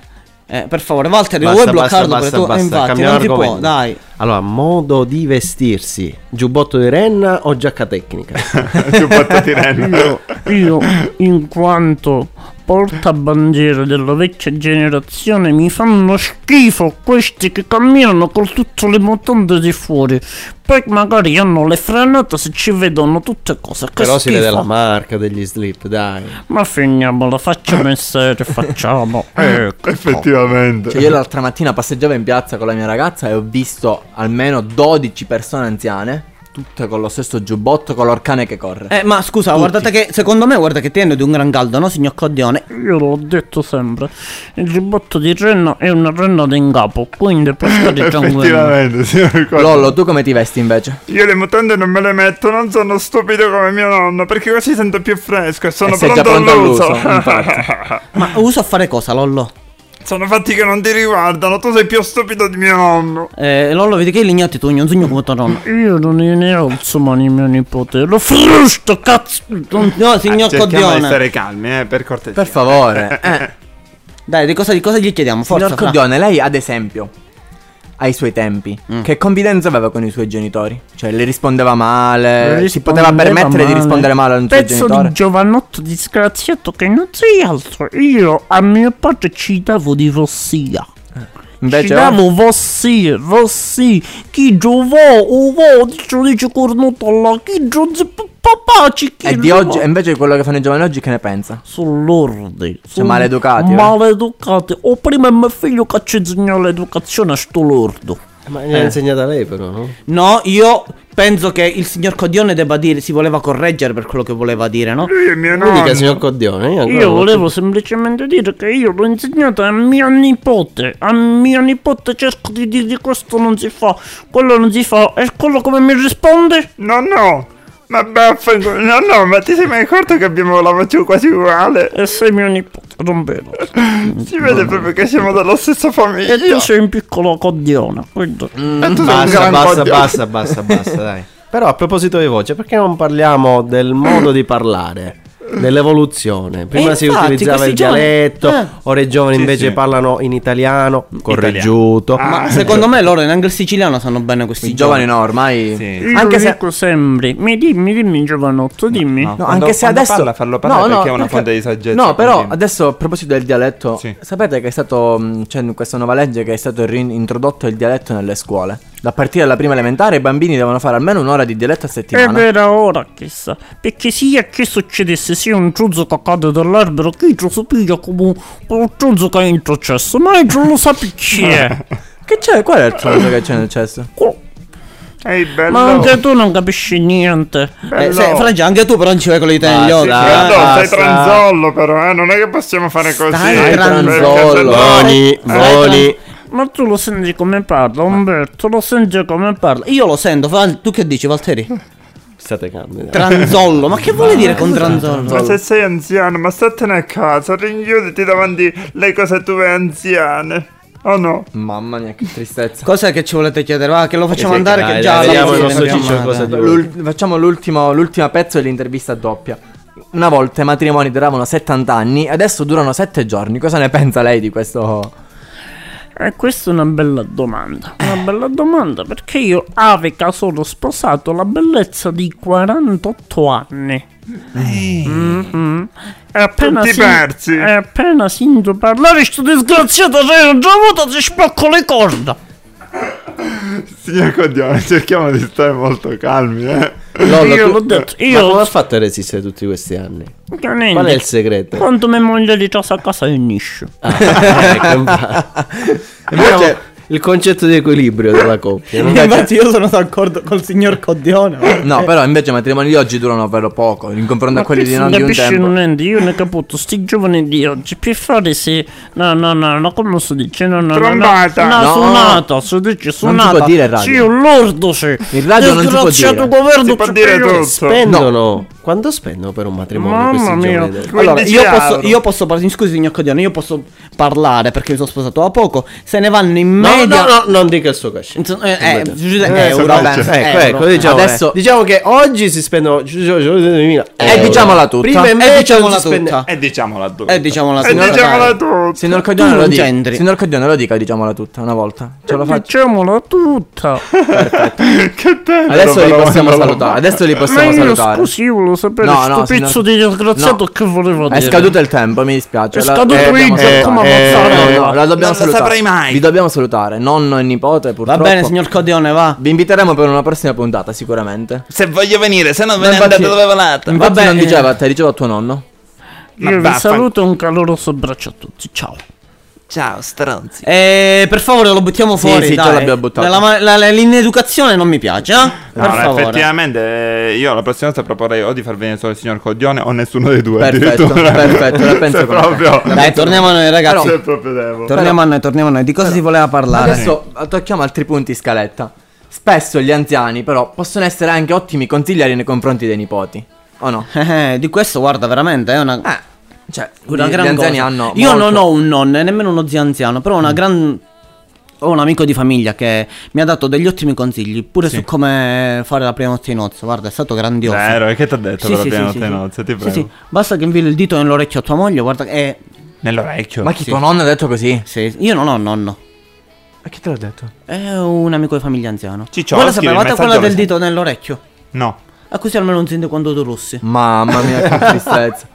Speaker 2: Eh, per favore, Walter, lo vuoi bloccarlo per tu? Eh, infatti,
Speaker 4: cambiamo
Speaker 2: non ti può,
Speaker 4: argomento.
Speaker 2: dai.
Speaker 4: Allora, modo di vestirsi, giubbotto di renna o giacca tecnica?
Speaker 3: Più
Speaker 7: Io, io, in quanto portabandiera della vecchia generazione, mi fanno schifo questi che camminano con tutte le mutande di fuori. Poi magari hanno le frenate se ci vedono tutte cose. Che
Speaker 4: Però si
Speaker 7: schifo.
Speaker 4: vede la marca degli slip, dai.
Speaker 7: Ma finiamola, facciamo in serio, facciamo. Ecco.
Speaker 3: Effettivamente.
Speaker 1: Eh, Cioè, io l'altra mattina passeggiavo in piazza con la mia ragazza e ho visto almeno 12 persone anziane, tutte con lo stesso giubbotto, color cane che corre.
Speaker 2: Eh, ma scusa, guardate che secondo me, guarda che ti di un gran caldo, no, signor Codione?
Speaker 7: Io l'ho detto sempre, il giubbotto di renna è una renna in capo, quindi per diciamo stare tranquillo.
Speaker 3: signor
Speaker 1: Lollo, tu come ti vesti invece?
Speaker 3: Io le mutande non me le metto, non sono stupido come mio nonno, perché così sento più fresco e sono
Speaker 1: E sei già
Speaker 3: pronto
Speaker 1: pronto
Speaker 3: all'uso.
Speaker 1: all'uso, infatti.
Speaker 2: Ma uso a fare cosa, Lollo?
Speaker 3: sono fatti che non ti riguardano, tu sei più stupido di mio nonno.
Speaker 2: Eh, Lollo, vedi che ignoti tu, non sogno come tuo nonno.
Speaker 7: Io non ne alzo mani mio nipote,
Speaker 1: Eh,
Speaker 7: lo frusto cazzo! Non-
Speaker 2: No, signor Codione.
Speaker 3: calmi, eh, per cortesia.
Speaker 1: Per favore. Eh,
Speaker 2: Dai, di cosa, di cosa gli chiediamo? Forza,
Speaker 1: signor
Speaker 2: fra.
Speaker 1: Codione, lei ad esempio, ai suoi tempi, che confidenza aveva con i suoi genitori? Cioè, le rispondeva male, si poteva
Speaker 7: Rispondeva
Speaker 1: permettere di
Speaker 7: male.
Speaker 1: rispondere male a un suo
Speaker 7: Pezzo
Speaker 1: genitore?
Speaker 7: di giovanotto disgraziato che non sei altro, io a mio padre ci davo di rossia.
Speaker 1: Invece
Speaker 7: Ci davo Vossi, Vossi, chi giovò, uvo, dice, dice cornutola, chi giovò, papà, ci chi
Speaker 1: E di
Speaker 7: giovò.
Speaker 1: oggi, e invece di quello che fanno i giovani oggi, che ne pensa?
Speaker 7: Sono lordi. Sono
Speaker 1: maleducati, eh.
Speaker 7: Maleducati. O prima è mio figlio che ci insegna l'educazione a sto lordo.
Speaker 4: Ma
Speaker 2: Eh.
Speaker 4: gliel'ha insegnata lei però, no?
Speaker 2: No, io penso che il signor Codione debba dire, si voleva correggere per quello che voleva dire, no?
Speaker 4: Mi dica signor Codione, io ancora
Speaker 7: Io
Speaker 4: non-
Speaker 7: volevo semplicemente dire che io l'ho insegnato a mio nipote. A mio nipote cerco di dirgli questo non si fa, quello non si fa. E quello come mi risponde?
Speaker 3: No, no. Ma vaffanculo. No, no, ma ti sei mai accorto che abbiamo la voce quasi uguale?
Speaker 7: E sei mio nipote, non vero.
Speaker 3: Si vede proprio che siamo della stessa famiglia.
Speaker 7: E tu sei un piccolo coglione, quindi...
Speaker 1: Mm.
Speaker 3: E tu sei un
Speaker 4: Basta,
Speaker 3: gran
Speaker 4: basta,
Speaker 3: coglione.
Speaker 4: basta, basta, basta, dai. Però a proposito di voce, perché non parliamo del modo di parlare? Dell'evoluzione. Prima si
Speaker 2: Eh, infatti,
Speaker 4: utilizzava
Speaker 2: questi
Speaker 4: il
Speaker 2: giovani-
Speaker 4: dialetto,
Speaker 2: eh.
Speaker 4: ora i giovani
Speaker 3: Sì,
Speaker 4: invece
Speaker 3: sì.
Speaker 4: parlano in italiano, correggiuto.
Speaker 3: Ah,
Speaker 2: Ma secondo me loro in anglo siciliano sanno bene questi Eh,
Speaker 1: I giovani no, ormai.
Speaker 3: Sì.
Speaker 7: Io
Speaker 1: Anche
Speaker 7: Anche
Speaker 1: se-
Speaker 7: dico sempre, mi dimmi, dimmi giovanotto, dimmi.
Speaker 3: no.
Speaker 1: No,
Speaker 3: Quando-
Speaker 1: anche se
Speaker 3: quando
Speaker 1: adesso.
Speaker 3: parla, fallo parlare perché è una fonte di saggezza,
Speaker 1: No, però
Speaker 3: continua.
Speaker 1: adesso a proposito del dialetto,
Speaker 3: Sì.
Speaker 1: sapete che è stato. mh, C'è questa nuova legge che è stato reintrodotto il dialetto nelle scuole. Da partire dalla prima elementare, i bambini devono fare almeno un'ora di dialetto a
Speaker 7: E
Speaker 1: settimana.
Speaker 7: vera ora, chissà. Perché sia che succedesse sia un truzzo che cade dall'albero, che io si piglia come un- come un truzzo che è in processo, ma io non lo sa chi è.
Speaker 1: Che c'è? Qual è il sonno che c'è nel cesso?
Speaker 3: Ehi, bello.
Speaker 7: Ma anche tu non capisci niente.
Speaker 2: Eh, se- Frangia, anche tu però non ci vai con le dita negli
Speaker 4: Basta,
Speaker 2: occhi.
Speaker 4: sì,
Speaker 2: eh.
Speaker 4: no. basta.
Speaker 3: tranzollo però, eh? non è che possiamo fare così. Eh,
Speaker 2: Stai
Speaker 1: tranzollo.
Speaker 4: Buoni, buoni.
Speaker 7: Ma tu lo senti come parla, Umberto, lo senti come parla.
Speaker 2: Io lo sento, Fran- tu che dici, Valteri?
Speaker 4: State calmi. dai.
Speaker 2: Tranzollo, ma che vuole dire con
Speaker 3: Ma
Speaker 2: tranzollo?
Speaker 3: se sei anziano, ma statene a casa, rinchiuditi davanti le cose tue anziane. Oh no?
Speaker 1: Mamma mia, che tristezza.
Speaker 2: Cos'è che ci volete chiedere? Va, che lo facciamo
Speaker 4: Sì, sì,
Speaker 2: andare
Speaker 4: Esatto, dai,
Speaker 2: che
Speaker 4: dai,
Speaker 2: già
Speaker 4: vediamo il
Speaker 2: fine
Speaker 4: nostro
Speaker 2: ne abbiamo
Speaker 4: ciccio
Speaker 2: andata.
Speaker 4: cosa dice.
Speaker 1: diciamo? L'ul- facciamo l'ultimo, l'ultima pezzo dell'intervista doppia. Una volta i matrimoni duravano 70 anni, adesso durano 7 giorni. Cosa ne pensa lei di questo?
Speaker 7: E Eh, questa è una bella domanda. Una bella domanda perché io, Aveca, sono sposato alla bellezza di 48 anni. Mhm. E appena
Speaker 3: Eh. Tutti persi.
Speaker 7: E appena sento parlare, sto disgraziato, cioè, sei già avuto, ti spacco le corda.
Speaker 3: Signor Codione, ecco, cerchiamo di stare molto calmi, eh.
Speaker 4: Lollo,
Speaker 7: io
Speaker 4: tu-
Speaker 7: l'ho detto,
Speaker 4: Ma come
Speaker 7: io.
Speaker 4: ha fatto a resistere tutti questi anni?
Speaker 7: che niente.
Speaker 4: Qual è il segreto?
Speaker 7: Quanto mia moglie di casa a casa è nisce.
Speaker 4: Ecco, infatti. Abbiamo il concetto di equilibrio della coppia. no?
Speaker 2: Infatti io sono d'accordo col signor Codione.
Speaker 1: No, però invece i matrimoni di oggi durano davvero poco, in confronto a quelli di non di un
Speaker 7: capisci
Speaker 1: tempo.
Speaker 7: niente, io ne caputo sti giovani di oggi, per fare se... No, no, no, no, come si dice? No, no, no,
Speaker 3: Trombata.
Speaker 7: No, no,
Speaker 1: No.
Speaker 7: suonata, si dice suonata.
Speaker 1: può dire il radio.
Speaker 7: Sì, un lordo, sì.
Speaker 1: Il radio non si può
Speaker 7: Disgraziato
Speaker 1: dire.
Speaker 7: governo
Speaker 3: Si può dire tutto.
Speaker 4: Spendono. Quanto spendono per un matrimonio
Speaker 7: Mamma
Speaker 4: questi
Speaker 7: mia.
Speaker 4: giovani? del-
Speaker 2: Allora,
Speaker 3: 15
Speaker 2: io posso,
Speaker 3: euro.
Speaker 2: io posso par- mi scusi signor Codione, io posso parlare perché mi sono sposato da poco, se ne vanno in
Speaker 4: No,
Speaker 2: media...
Speaker 4: no, no, non dica il suo cascino.
Speaker 2: Insomma, eh, eh, giusto-
Speaker 4: Eh,
Speaker 2: euro,
Speaker 4: vabbè,
Speaker 2: penso,
Speaker 4: ecco,
Speaker 2: euro.
Speaker 4: ecco, diciamo,
Speaker 1: Adesso-
Speaker 4: eh, diciamo che oggi si spendono
Speaker 1: Eh,
Speaker 4: e
Speaker 1: diciamola tutta.
Speaker 4: Prima
Speaker 1: Eh,
Speaker 4: invece non
Speaker 2: diciamola
Speaker 4: si spende-
Speaker 2: tutta.
Speaker 3: E diciamola tu.
Speaker 2: E diciamo
Speaker 4: Eh,
Speaker 2: la
Speaker 3: E
Speaker 2: signora-
Speaker 3: diciamola tu.
Speaker 1: Signor
Speaker 2: Tu
Speaker 1: Coglione
Speaker 2: non
Speaker 1: lo dica.
Speaker 2: c'entri.
Speaker 1: Signor Coglione lo dica, diciamola tutta una volta. Ce lo
Speaker 7: Eh,
Speaker 1: faccio.
Speaker 7: Facciamola tutta.
Speaker 3: che te
Speaker 1: Adesso li possiamo salutare. Adesso li
Speaker 7: Ma
Speaker 1: possiamo
Speaker 7: io
Speaker 1: salutare.
Speaker 7: scusi, io volevo sapere
Speaker 1: No,
Speaker 7: sto
Speaker 1: no, signor-
Speaker 7: pezzo di disgraziato
Speaker 1: no.
Speaker 7: che volevo
Speaker 1: È
Speaker 7: dire.
Speaker 1: scaduto il tempo, mi dispiace.
Speaker 7: È
Speaker 1: La-
Speaker 7: scaduto
Speaker 1: eh,
Speaker 7: il
Speaker 1: dobbiamo
Speaker 7: tempo,
Speaker 1: salutare.
Speaker 7: come ammazzarlo.
Speaker 1: No, no, la dobbiamo
Speaker 3: Non lo
Speaker 1: salutare.
Speaker 3: saprei mai.
Speaker 1: Vi dobbiamo salutare, nonno e nipote,
Speaker 2: Va
Speaker 1: purtroppo.
Speaker 2: bene signor Codione, va.
Speaker 1: Vi inviteremo per una prossima puntata, sicuramente.
Speaker 3: Se voglio venire, se no ve
Speaker 1: ne andate dove
Speaker 3: volate.
Speaker 2: Mm.
Speaker 1: Va bene, non
Speaker 2: bene.
Speaker 1: diceva a te, diceva a tuo nonno.
Speaker 3: Ma
Speaker 7: Io vi
Speaker 3: vaffan-
Speaker 7: saluto e un caloroso abbraccio a tutti. Ciao.
Speaker 3: Ciao, stronzi.
Speaker 2: Eh, per favore lo buttiamo fuori.
Speaker 1: sì, già
Speaker 2: dai.
Speaker 1: l'abbiamo buttato.
Speaker 2: La- la- la- la- l'ineducazione non mi piace, eh? per
Speaker 3: No, no,
Speaker 2: favore.
Speaker 3: effettivamente eh, io la prossima volta proporrei o di far venire solo il signor Codione o nessuno dei due.
Speaker 1: Perfetto,
Speaker 3: addirittura.
Speaker 1: perfetto, la penso
Speaker 3: Se
Speaker 1: come te.
Speaker 3: proprio.
Speaker 2: Dai, torniamo a noi ragazzi.
Speaker 3: Se proprio devo.
Speaker 2: torniamo a noi, torniamo a noi. Di cosa si voleva parlare?
Speaker 1: Adesso tocchiamo altri punti in scaletta. Spesso gli anziani, però, possono essere anche ottimi consiglieri nei confronti dei nipoti. O no?
Speaker 2: Eh, eh, di questo guarda veramente è una...
Speaker 1: Eh, cioè,
Speaker 2: Una
Speaker 1: gli
Speaker 2: gran
Speaker 1: anziani
Speaker 2: cosa.
Speaker 1: hanno.
Speaker 2: Io
Speaker 1: molto-
Speaker 2: non ho un nonno e nemmeno uno zio anziano, però ho
Speaker 3: Mm.
Speaker 2: una gran. Ho un amico di famiglia che mi ha dato degli ottimi consigli pure su come fare la prima notte di nozze. Guarda, è stato grandioso.
Speaker 3: Vero, e che ti ha detto per la prima notte di nozze? Ti
Speaker 2: Sì,
Speaker 3: prego.
Speaker 2: sì. Basta che infili il dito nell'orecchio a tua moglie, guarda che.
Speaker 3: Nell'orecchio.
Speaker 1: Ma chi tuo nonno ha detto così?
Speaker 2: Sì, io non ho un nonno.
Speaker 1: Ma chi te l'ha detto?
Speaker 2: È un amico di famiglia anziano.
Speaker 3: Ciccio,
Speaker 2: Voi la
Speaker 3: scrivi il
Speaker 2: sapevate
Speaker 3: messaggio
Speaker 2: quella
Speaker 3: alla
Speaker 2: del
Speaker 3: sera.
Speaker 2: dito nell'orecchio?
Speaker 3: No.
Speaker 2: A così almeno non sente quando tu russi.
Speaker 1: Mamma mia, che tristezza.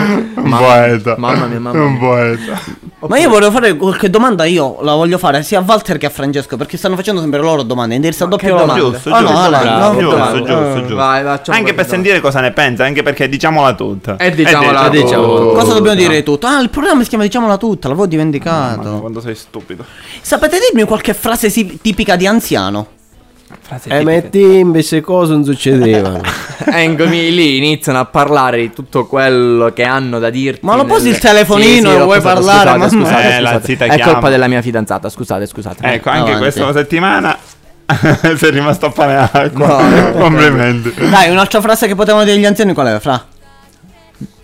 Speaker 3: Un poeta.
Speaker 1: Mamma mia, mamma
Speaker 3: Un
Speaker 1: mia.
Speaker 3: poeta.
Speaker 2: Ma io volevo fare qualche domanda, io la voglio fare sia a Walter che a Francesco, perché stanno facendo sempre loro domande, indirizzo a doppie
Speaker 1: che
Speaker 2: domande.
Speaker 3: Giusto,
Speaker 2: Ah, no,
Speaker 3: giusto,
Speaker 2: allora,
Speaker 1: bravo,
Speaker 2: no,
Speaker 1: che
Speaker 3: giusto,
Speaker 1: domanda.
Speaker 3: giusto, giusto.
Speaker 1: Vai, facciamo Eh,
Speaker 3: anche per
Speaker 1: qualche
Speaker 3: sentire Eh, diciamo- cosa ne pensa, anche perché diciamola tutta. "Oh,
Speaker 1: E diciamola diciamo.
Speaker 3: diciamola
Speaker 1: tutta.
Speaker 3: tutta.
Speaker 2: Cosa dobbiamo
Speaker 1: no.
Speaker 2: dire di tutto? Ah, il programma si chiama Diciamola tutta, l'avevo dimenticato.
Speaker 3: Mamma, Quanto sei stupido.
Speaker 2: Sapete dirmi qualche frase si- tipica di anziano?
Speaker 3: Frase
Speaker 4: E
Speaker 1: eh,
Speaker 3: tipica.
Speaker 4: Eh, metti invece cose non succedevano.
Speaker 1: domanda. Engomi lì iniziano a parlare di tutto quello che hanno da dirti.
Speaker 2: Ma lo
Speaker 1: nel-
Speaker 2: posi il telefonino,
Speaker 1: Sì, sì,
Speaker 2: lo
Speaker 1: l'ho
Speaker 2: vuoi
Speaker 1: posato,
Speaker 2: parlare,
Speaker 1: Scusate,
Speaker 2: mamma?
Speaker 1: scusate,
Speaker 3: Eh, la
Speaker 1: scusate.
Speaker 3: zitta
Speaker 1: È
Speaker 3: chiama.
Speaker 1: colpa della mia fidanzata, scusate, scusate.
Speaker 3: Ecco, anche
Speaker 2: Avanti.
Speaker 3: questa settimana sei rimasto a fare acqua.
Speaker 1: No, no.
Speaker 3: Complimenti.
Speaker 2: Dai, un'altra frase che potevano dire gli anziani qual è? Fra?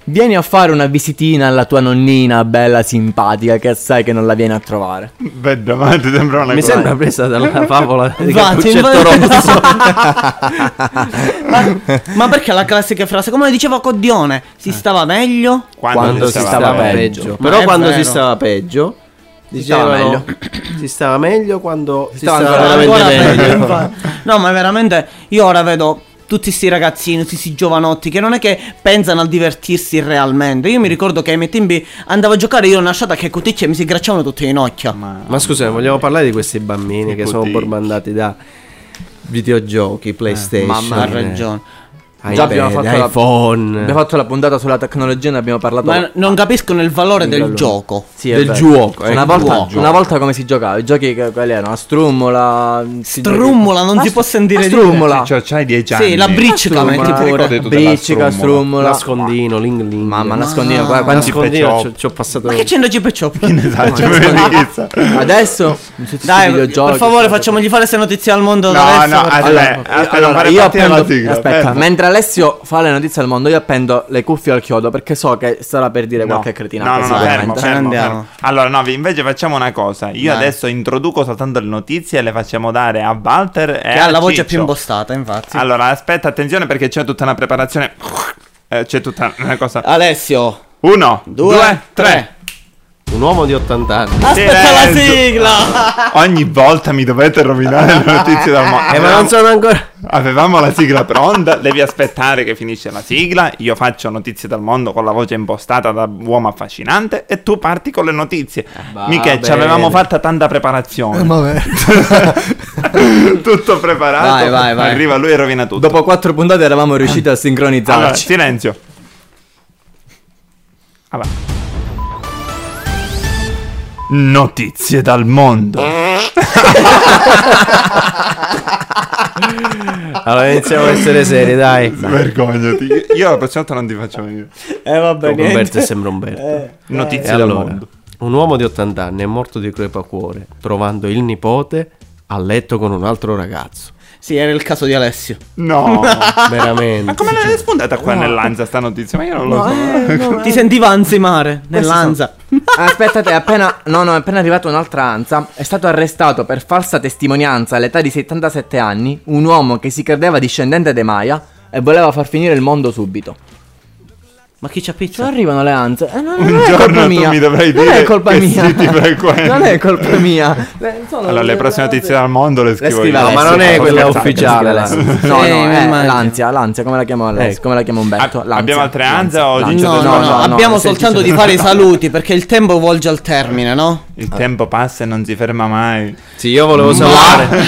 Speaker 1: Vieni a fare una visitina alla tua nonnina bella simpatica che sai che non la vieni a trovare.
Speaker 3: Vedo, ma ti sembra una
Speaker 4: Mi
Speaker 3: cosa.
Speaker 4: sembra presa dalla favola di
Speaker 2: Infatti,
Speaker 4: Cappuccetto
Speaker 2: infatti-
Speaker 4: Rosso.
Speaker 2: ma, ma perché la classica frase? Come diceva Coddione, si stava meglio?
Speaker 3: Quando,
Speaker 1: Quando
Speaker 3: si
Speaker 1: si
Speaker 3: stava,
Speaker 1: stava
Speaker 3: bene.
Speaker 1: peggio.
Speaker 2: Ma
Speaker 4: Però
Speaker 2: è
Speaker 4: quando si
Speaker 2: vero.
Speaker 4: stava peggio,
Speaker 1: stava
Speaker 4: dicevano- si stava meglio quando si
Speaker 1: stava
Speaker 4: stava,
Speaker 1: ancora
Speaker 4: veramente
Speaker 2: Ancora
Speaker 4: meglio.
Speaker 2: meglio, infatti. No, ma veramente io ora vedo tutti sti ragazzini, tutti sti giovanotti che non è che pensano al divertirsi realmente. Io mi ricordo che ai miei tempi andavo a giocare io una sciata che cuticchia e mi si gracciavano tutti in occhio.
Speaker 4: Ma scusa, vogliamo parlare di questi bambini che sono
Speaker 3: Ipotetici.
Speaker 4: bombardati da videogiochi, PlayStation,
Speaker 1: mamma
Speaker 2: ha
Speaker 4: eh,
Speaker 2: ragione.
Speaker 1: Già abbiamo
Speaker 4: iPad,
Speaker 1: fatto la-
Speaker 4: iPhone,
Speaker 1: Abbiamo fatto la puntata sulla tecnologia e ne abbiamo parlato.
Speaker 2: Ma non capiscono il valore del gioco.
Speaker 1: Sì, è
Speaker 4: del
Speaker 1: vero.
Speaker 4: gioco,
Speaker 1: Una
Speaker 4: eh,
Speaker 1: volta,
Speaker 4: gioco.
Speaker 1: una volta come si giocava? I giochi che quali erano? A strummola. si gioca-
Speaker 2: Strummola, non
Speaker 1: A
Speaker 2: si
Speaker 1: str-
Speaker 2: può sentire
Speaker 1: a
Speaker 2: dire.
Speaker 1: Strummola.
Speaker 3: Cioè, c'hai 10 anni.
Speaker 2: Sì, la briccica
Speaker 1: Strummola,
Speaker 2: metti pure.
Speaker 3: ricordi tu della
Speaker 1: Bricica,
Speaker 3: strummola?
Speaker 1: strummola.
Speaker 4: nascondino, ling ling.
Speaker 1: Mamma, nascondino. guarda, quando si-
Speaker 4: nascondino,
Speaker 3: Chop.
Speaker 4: ci ho- ci ho passato
Speaker 2: Ma che c'entra Gip e Chop?
Speaker 3: Esatto, bellezza.
Speaker 1: Adesso. su tutti i
Speaker 2: Dai,
Speaker 1: videogiochi, cioè,
Speaker 2: per favore,
Speaker 1: sta-
Speaker 2: facciamogli fare queste notizie al mondo. da
Speaker 3: No,
Speaker 2: adesso,
Speaker 3: no,
Speaker 2: per-
Speaker 3: aspetta, eh,
Speaker 1: Allora,
Speaker 3: aspetta,
Speaker 1: allora,
Speaker 3: non fare
Speaker 1: io
Speaker 3: partire la
Speaker 1: appendo,
Speaker 3: sigla. eh.
Speaker 1: aspetta, mentre Alessio fa le notizie al mondo, io appendo le cuffie al chiodo perché so che sarà per dire
Speaker 3: No.
Speaker 1: qualche cretina.
Speaker 3: No, no, no, fermo,
Speaker 2: Ce ne
Speaker 1: Cioè,
Speaker 3: fermo,
Speaker 2: andiamo.
Speaker 3: fermo. Allora, no, vi- invece facciamo una cosa. Io
Speaker 2: Dai.
Speaker 3: adesso introduco soltanto le notizie e le facciamo dare a Walter e
Speaker 2: Che
Speaker 3: a
Speaker 2: ha la voce
Speaker 3: Ciccio.
Speaker 2: più impostata, infatti.
Speaker 3: Allora, aspetta, attenzione perché c'è tutta una preparazione. Eh, C'è tutta una cosa.
Speaker 2: Alessio,
Speaker 3: Uno,
Speaker 2: Ah. due, tre.
Speaker 4: un uomo di 80 anni.
Speaker 2: Aspetta la
Speaker 3: Silenzio.
Speaker 2: sigla.
Speaker 3: Ogni volta mi dovete rovinare le notizie dal mondo.
Speaker 4: Eh, ma non sono ancora
Speaker 3: Avevamo la sigla pronta, devi aspettare che finisce la sigla, io faccio notizie dal mondo con la voce impostata da uomo affascinante e tu parti con le notizie.
Speaker 1: Ah,
Speaker 3: Mica ci avevamo fatta tanta preparazione. tutto preparato.
Speaker 1: Vai, vai, vai.
Speaker 3: Arriva lui e rovina tutto.
Speaker 1: Dopo quattro puntate eravamo riusciti
Speaker 3: Ah.
Speaker 1: a
Speaker 3: Allora,
Speaker 1: sincronizzarci.
Speaker 3: silenzio. Ah, va. Notizie dal mondo.
Speaker 4: Allora iniziamo a essere seri, dai.
Speaker 3: Vergognati. Io la prossima volta non ti faccio venire.
Speaker 2: Eh vabbè,
Speaker 4: Umberto è sempre Umberto. E
Speaker 1: Eh,
Speaker 3: Notizie dal
Speaker 4: allora,
Speaker 3: mondo.
Speaker 4: un uomo di 80 anni è morto di crepacuore, trovando il nipote a letto con un altro ragazzo.
Speaker 2: Sì, era il caso di Alessio.
Speaker 3: No.
Speaker 4: Veramente.
Speaker 3: Ma come l'hai rispondata qua nell'Anza sta notizia? Ma io non lo so.
Speaker 2: Ti sentiva ansimare nell'anza.
Speaker 1: Aspettate, appena, no, no, è appena arrivata un'altra anza. È stato arrestato per falsa testimonianza all'età di 77 anni un uomo che si credeva discendente dei Maya e voleva far finire il mondo subito.
Speaker 2: Ma chi c'ha
Speaker 1: Cioè,
Speaker 2: pizza?
Speaker 1: arrivano le anze. Eh, non,
Speaker 3: Un
Speaker 1: non è
Speaker 3: giorno
Speaker 1: colpa
Speaker 3: tu
Speaker 1: mia.
Speaker 3: mi dovrai
Speaker 1: non
Speaker 3: dire
Speaker 1: è colpa
Speaker 3: che
Speaker 1: mia.
Speaker 3: siti frequenti.
Speaker 1: Non è colpa mia. Le- sono
Speaker 3: Allora, le prossime
Speaker 1: cose-
Speaker 3: notizie dal mondo le
Speaker 1: Le
Speaker 3: scrivo
Speaker 1: scrive
Speaker 3: io.
Speaker 1: Alessio,
Speaker 4: ma non è
Speaker 1: sto
Speaker 4: quella
Speaker 1: scherzando,
Speaker 4: ufficiale,
Speaker 1: le scrive
Speaker 4: la-
Speaker 1: Alessio. No,
Speaker 2: Eh,
Speaker 1: no,
Speaker 2: mi
Speaker 1: è
Speaker 2: immagino.
Speaker 1: l'ansia, l'ansia, come la chiama Alessio? Come la chiama Umberto?
Speaker 3: Ab-
Speaker 1: L'ansia,
Speaker 3: abbiamo altre anze
Speaker 1: l'ansia,
Speaker 3: o
Speaker 1: l'ansia.
Speaker 3: dice
Speaker 2: No,
Speaker 3: del
Speaker 2: Certo, no, no, abbiamo
Speaker 1: se-
Speaker 2: soltanto
Speaker 1: dice-
Speaker 2: di fare i saluti perché il tempo volge al termine, no?
Speaker 3: Il tempo passa e non si ferma mai.
Speaker 4: Sì, io volevo salutare.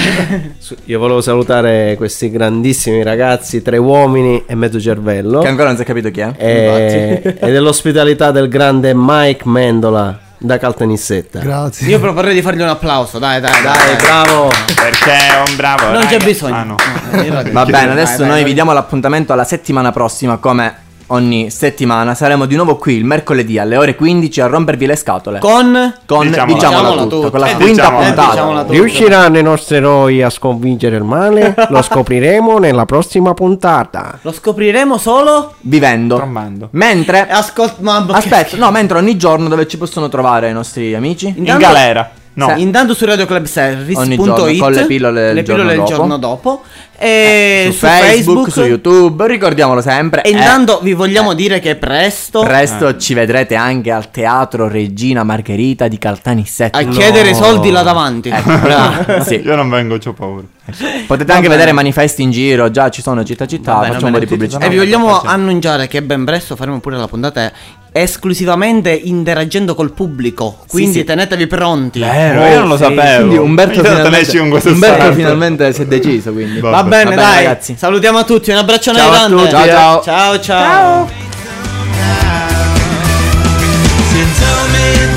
Speaker 4: Su- Io volevo salutare questi grandissimi ragazzi, tre uomini e mezzo cervello.
Speaker 1: Che ancora non si è capito chi è.
Speaker 4: Eh, e, e dell'ospitalità del grande Mike Mendola da Caltanissetta.
Speaker 8: Grazie.
Speaker 2: Io proporrei di fargli un applauso, dai, dai,
Speaker 4: Dai,
Speaker 2: dai.
Speaker 4: bravo.
Speaker 3: Perché è un bravo.
Speaker 2: Non
Speaker 3: raga.
Speaker 2: c'è bisogno.
Speaker 3: Ah, no.
Speaker 2: No, io la dico.
Speaker 1: Va bene, adesso
Speaker 2: Dai, dai,
Speaker 1: noi
Speaker 2: dai.
Speaker 1: vi diamo l'appuntamento alla settimana prossima, come ogni settimana. Saremo di nuovo qui il mercoledì alle ore 15 a rompervi le scatole.
Speaker 2: Con...
Speaker 1: con
Speaker 3: Diciamola.
Speaker 1: diciamola,
Speaker 2: Diciamola
Speaker 1: tutta,
Speaker 2: tutta.
Speaker 1: con la
Speaker 3: Eh,
Speaker 1: quinta
Speaker 3: diciamola.
Speaker 1: puntata.
Speaker 2: Eh, diciamola tutta.
Speaker 4: Riusciranno i nostri eroi a sconfiggere il male? Lo scopriremo nella prossima puntata.
Speaker 2: Lo scopriremo solo...
Speaker 1: Vivendo.
Speaker 3: Trombando.
Speaker 1: Mentre
Speaker 2: Ah, Ascolta, mamma. che-
Speaker 1: aspetta, no, mentre ogni giorno dove ci possono trovare i nostri amici?
Speaker 3: In galera. No.
Speaker 2: Sì. Intanto su radioclubservice.it
Speaker 1: cioè- Ogni giorno, con le pillole del
Speaker 2: le
Speaker 1: giorno
Speaker 2: pillole del
Speaker 1: dopo. Eh,
Speaker 2: giorno dopo. E
Speaker 1: su, Facebook, su YouTube, ricordiamolo sempre.
Speaker 2: eh, E
Speaker 1: eh,
Speaker 2: intanto vi vogliamo dire che presto
Speaker 1: presto
Speaker 2: Ah.
Speaker 1: ci vedrete anche al Teatro Regina Margherita di Caltanissetta.
Speaker 2: a chiedere i
Speaker 1: No.
Speaker 2: soldi là davanti.
Speaker 1: Ecco, brava, sì.
Speaker 3: Io non vengo, ho paura.
Speaker 1: Potete anche vedere manifesti in giro, già ci sono città città,
Speaker 2: Vabbè,
Speaker 1: facciamo un po' di
Speaker 2: vabbè,
Speaker 1: pubblicità.
Speaker 2: E Eh, vi vogliamo
Speaker 3: Facciamo.
Speaker 2: annunciare che ben presto faremo pure la puntata esclusivamente interagendo col pubblico. Quindi
Speaker 1: sì.
Speaker 2: tenetevi pronti.
Speaker 1: Eh,
Speaker 3: Vero, io non lo sapevo.
Speaker 1: Quindi Umberto
Speaker 3: Io te ne
Speaker 1: finalmente,
Speaker 3: esci con questo
Speaker 1: Umberto
Speaker 3: stato.
Speaker 1: finalmente si è deciso, quindi.
Speaker 3: Va
Speaker 2: Va bene,
Speaker 1: bene,
Speaker 2: dai.
Speaker 1: ragazzi.
Speaker 2: Salutiamo a tutti, un abbraccione
Speaker 1: Ciao a
Speaker 2: grande.
Speaker 1: tutti, Ciao, eh. ciao.
Speaker 2: ciao. ciao.
Speaker 5: You told me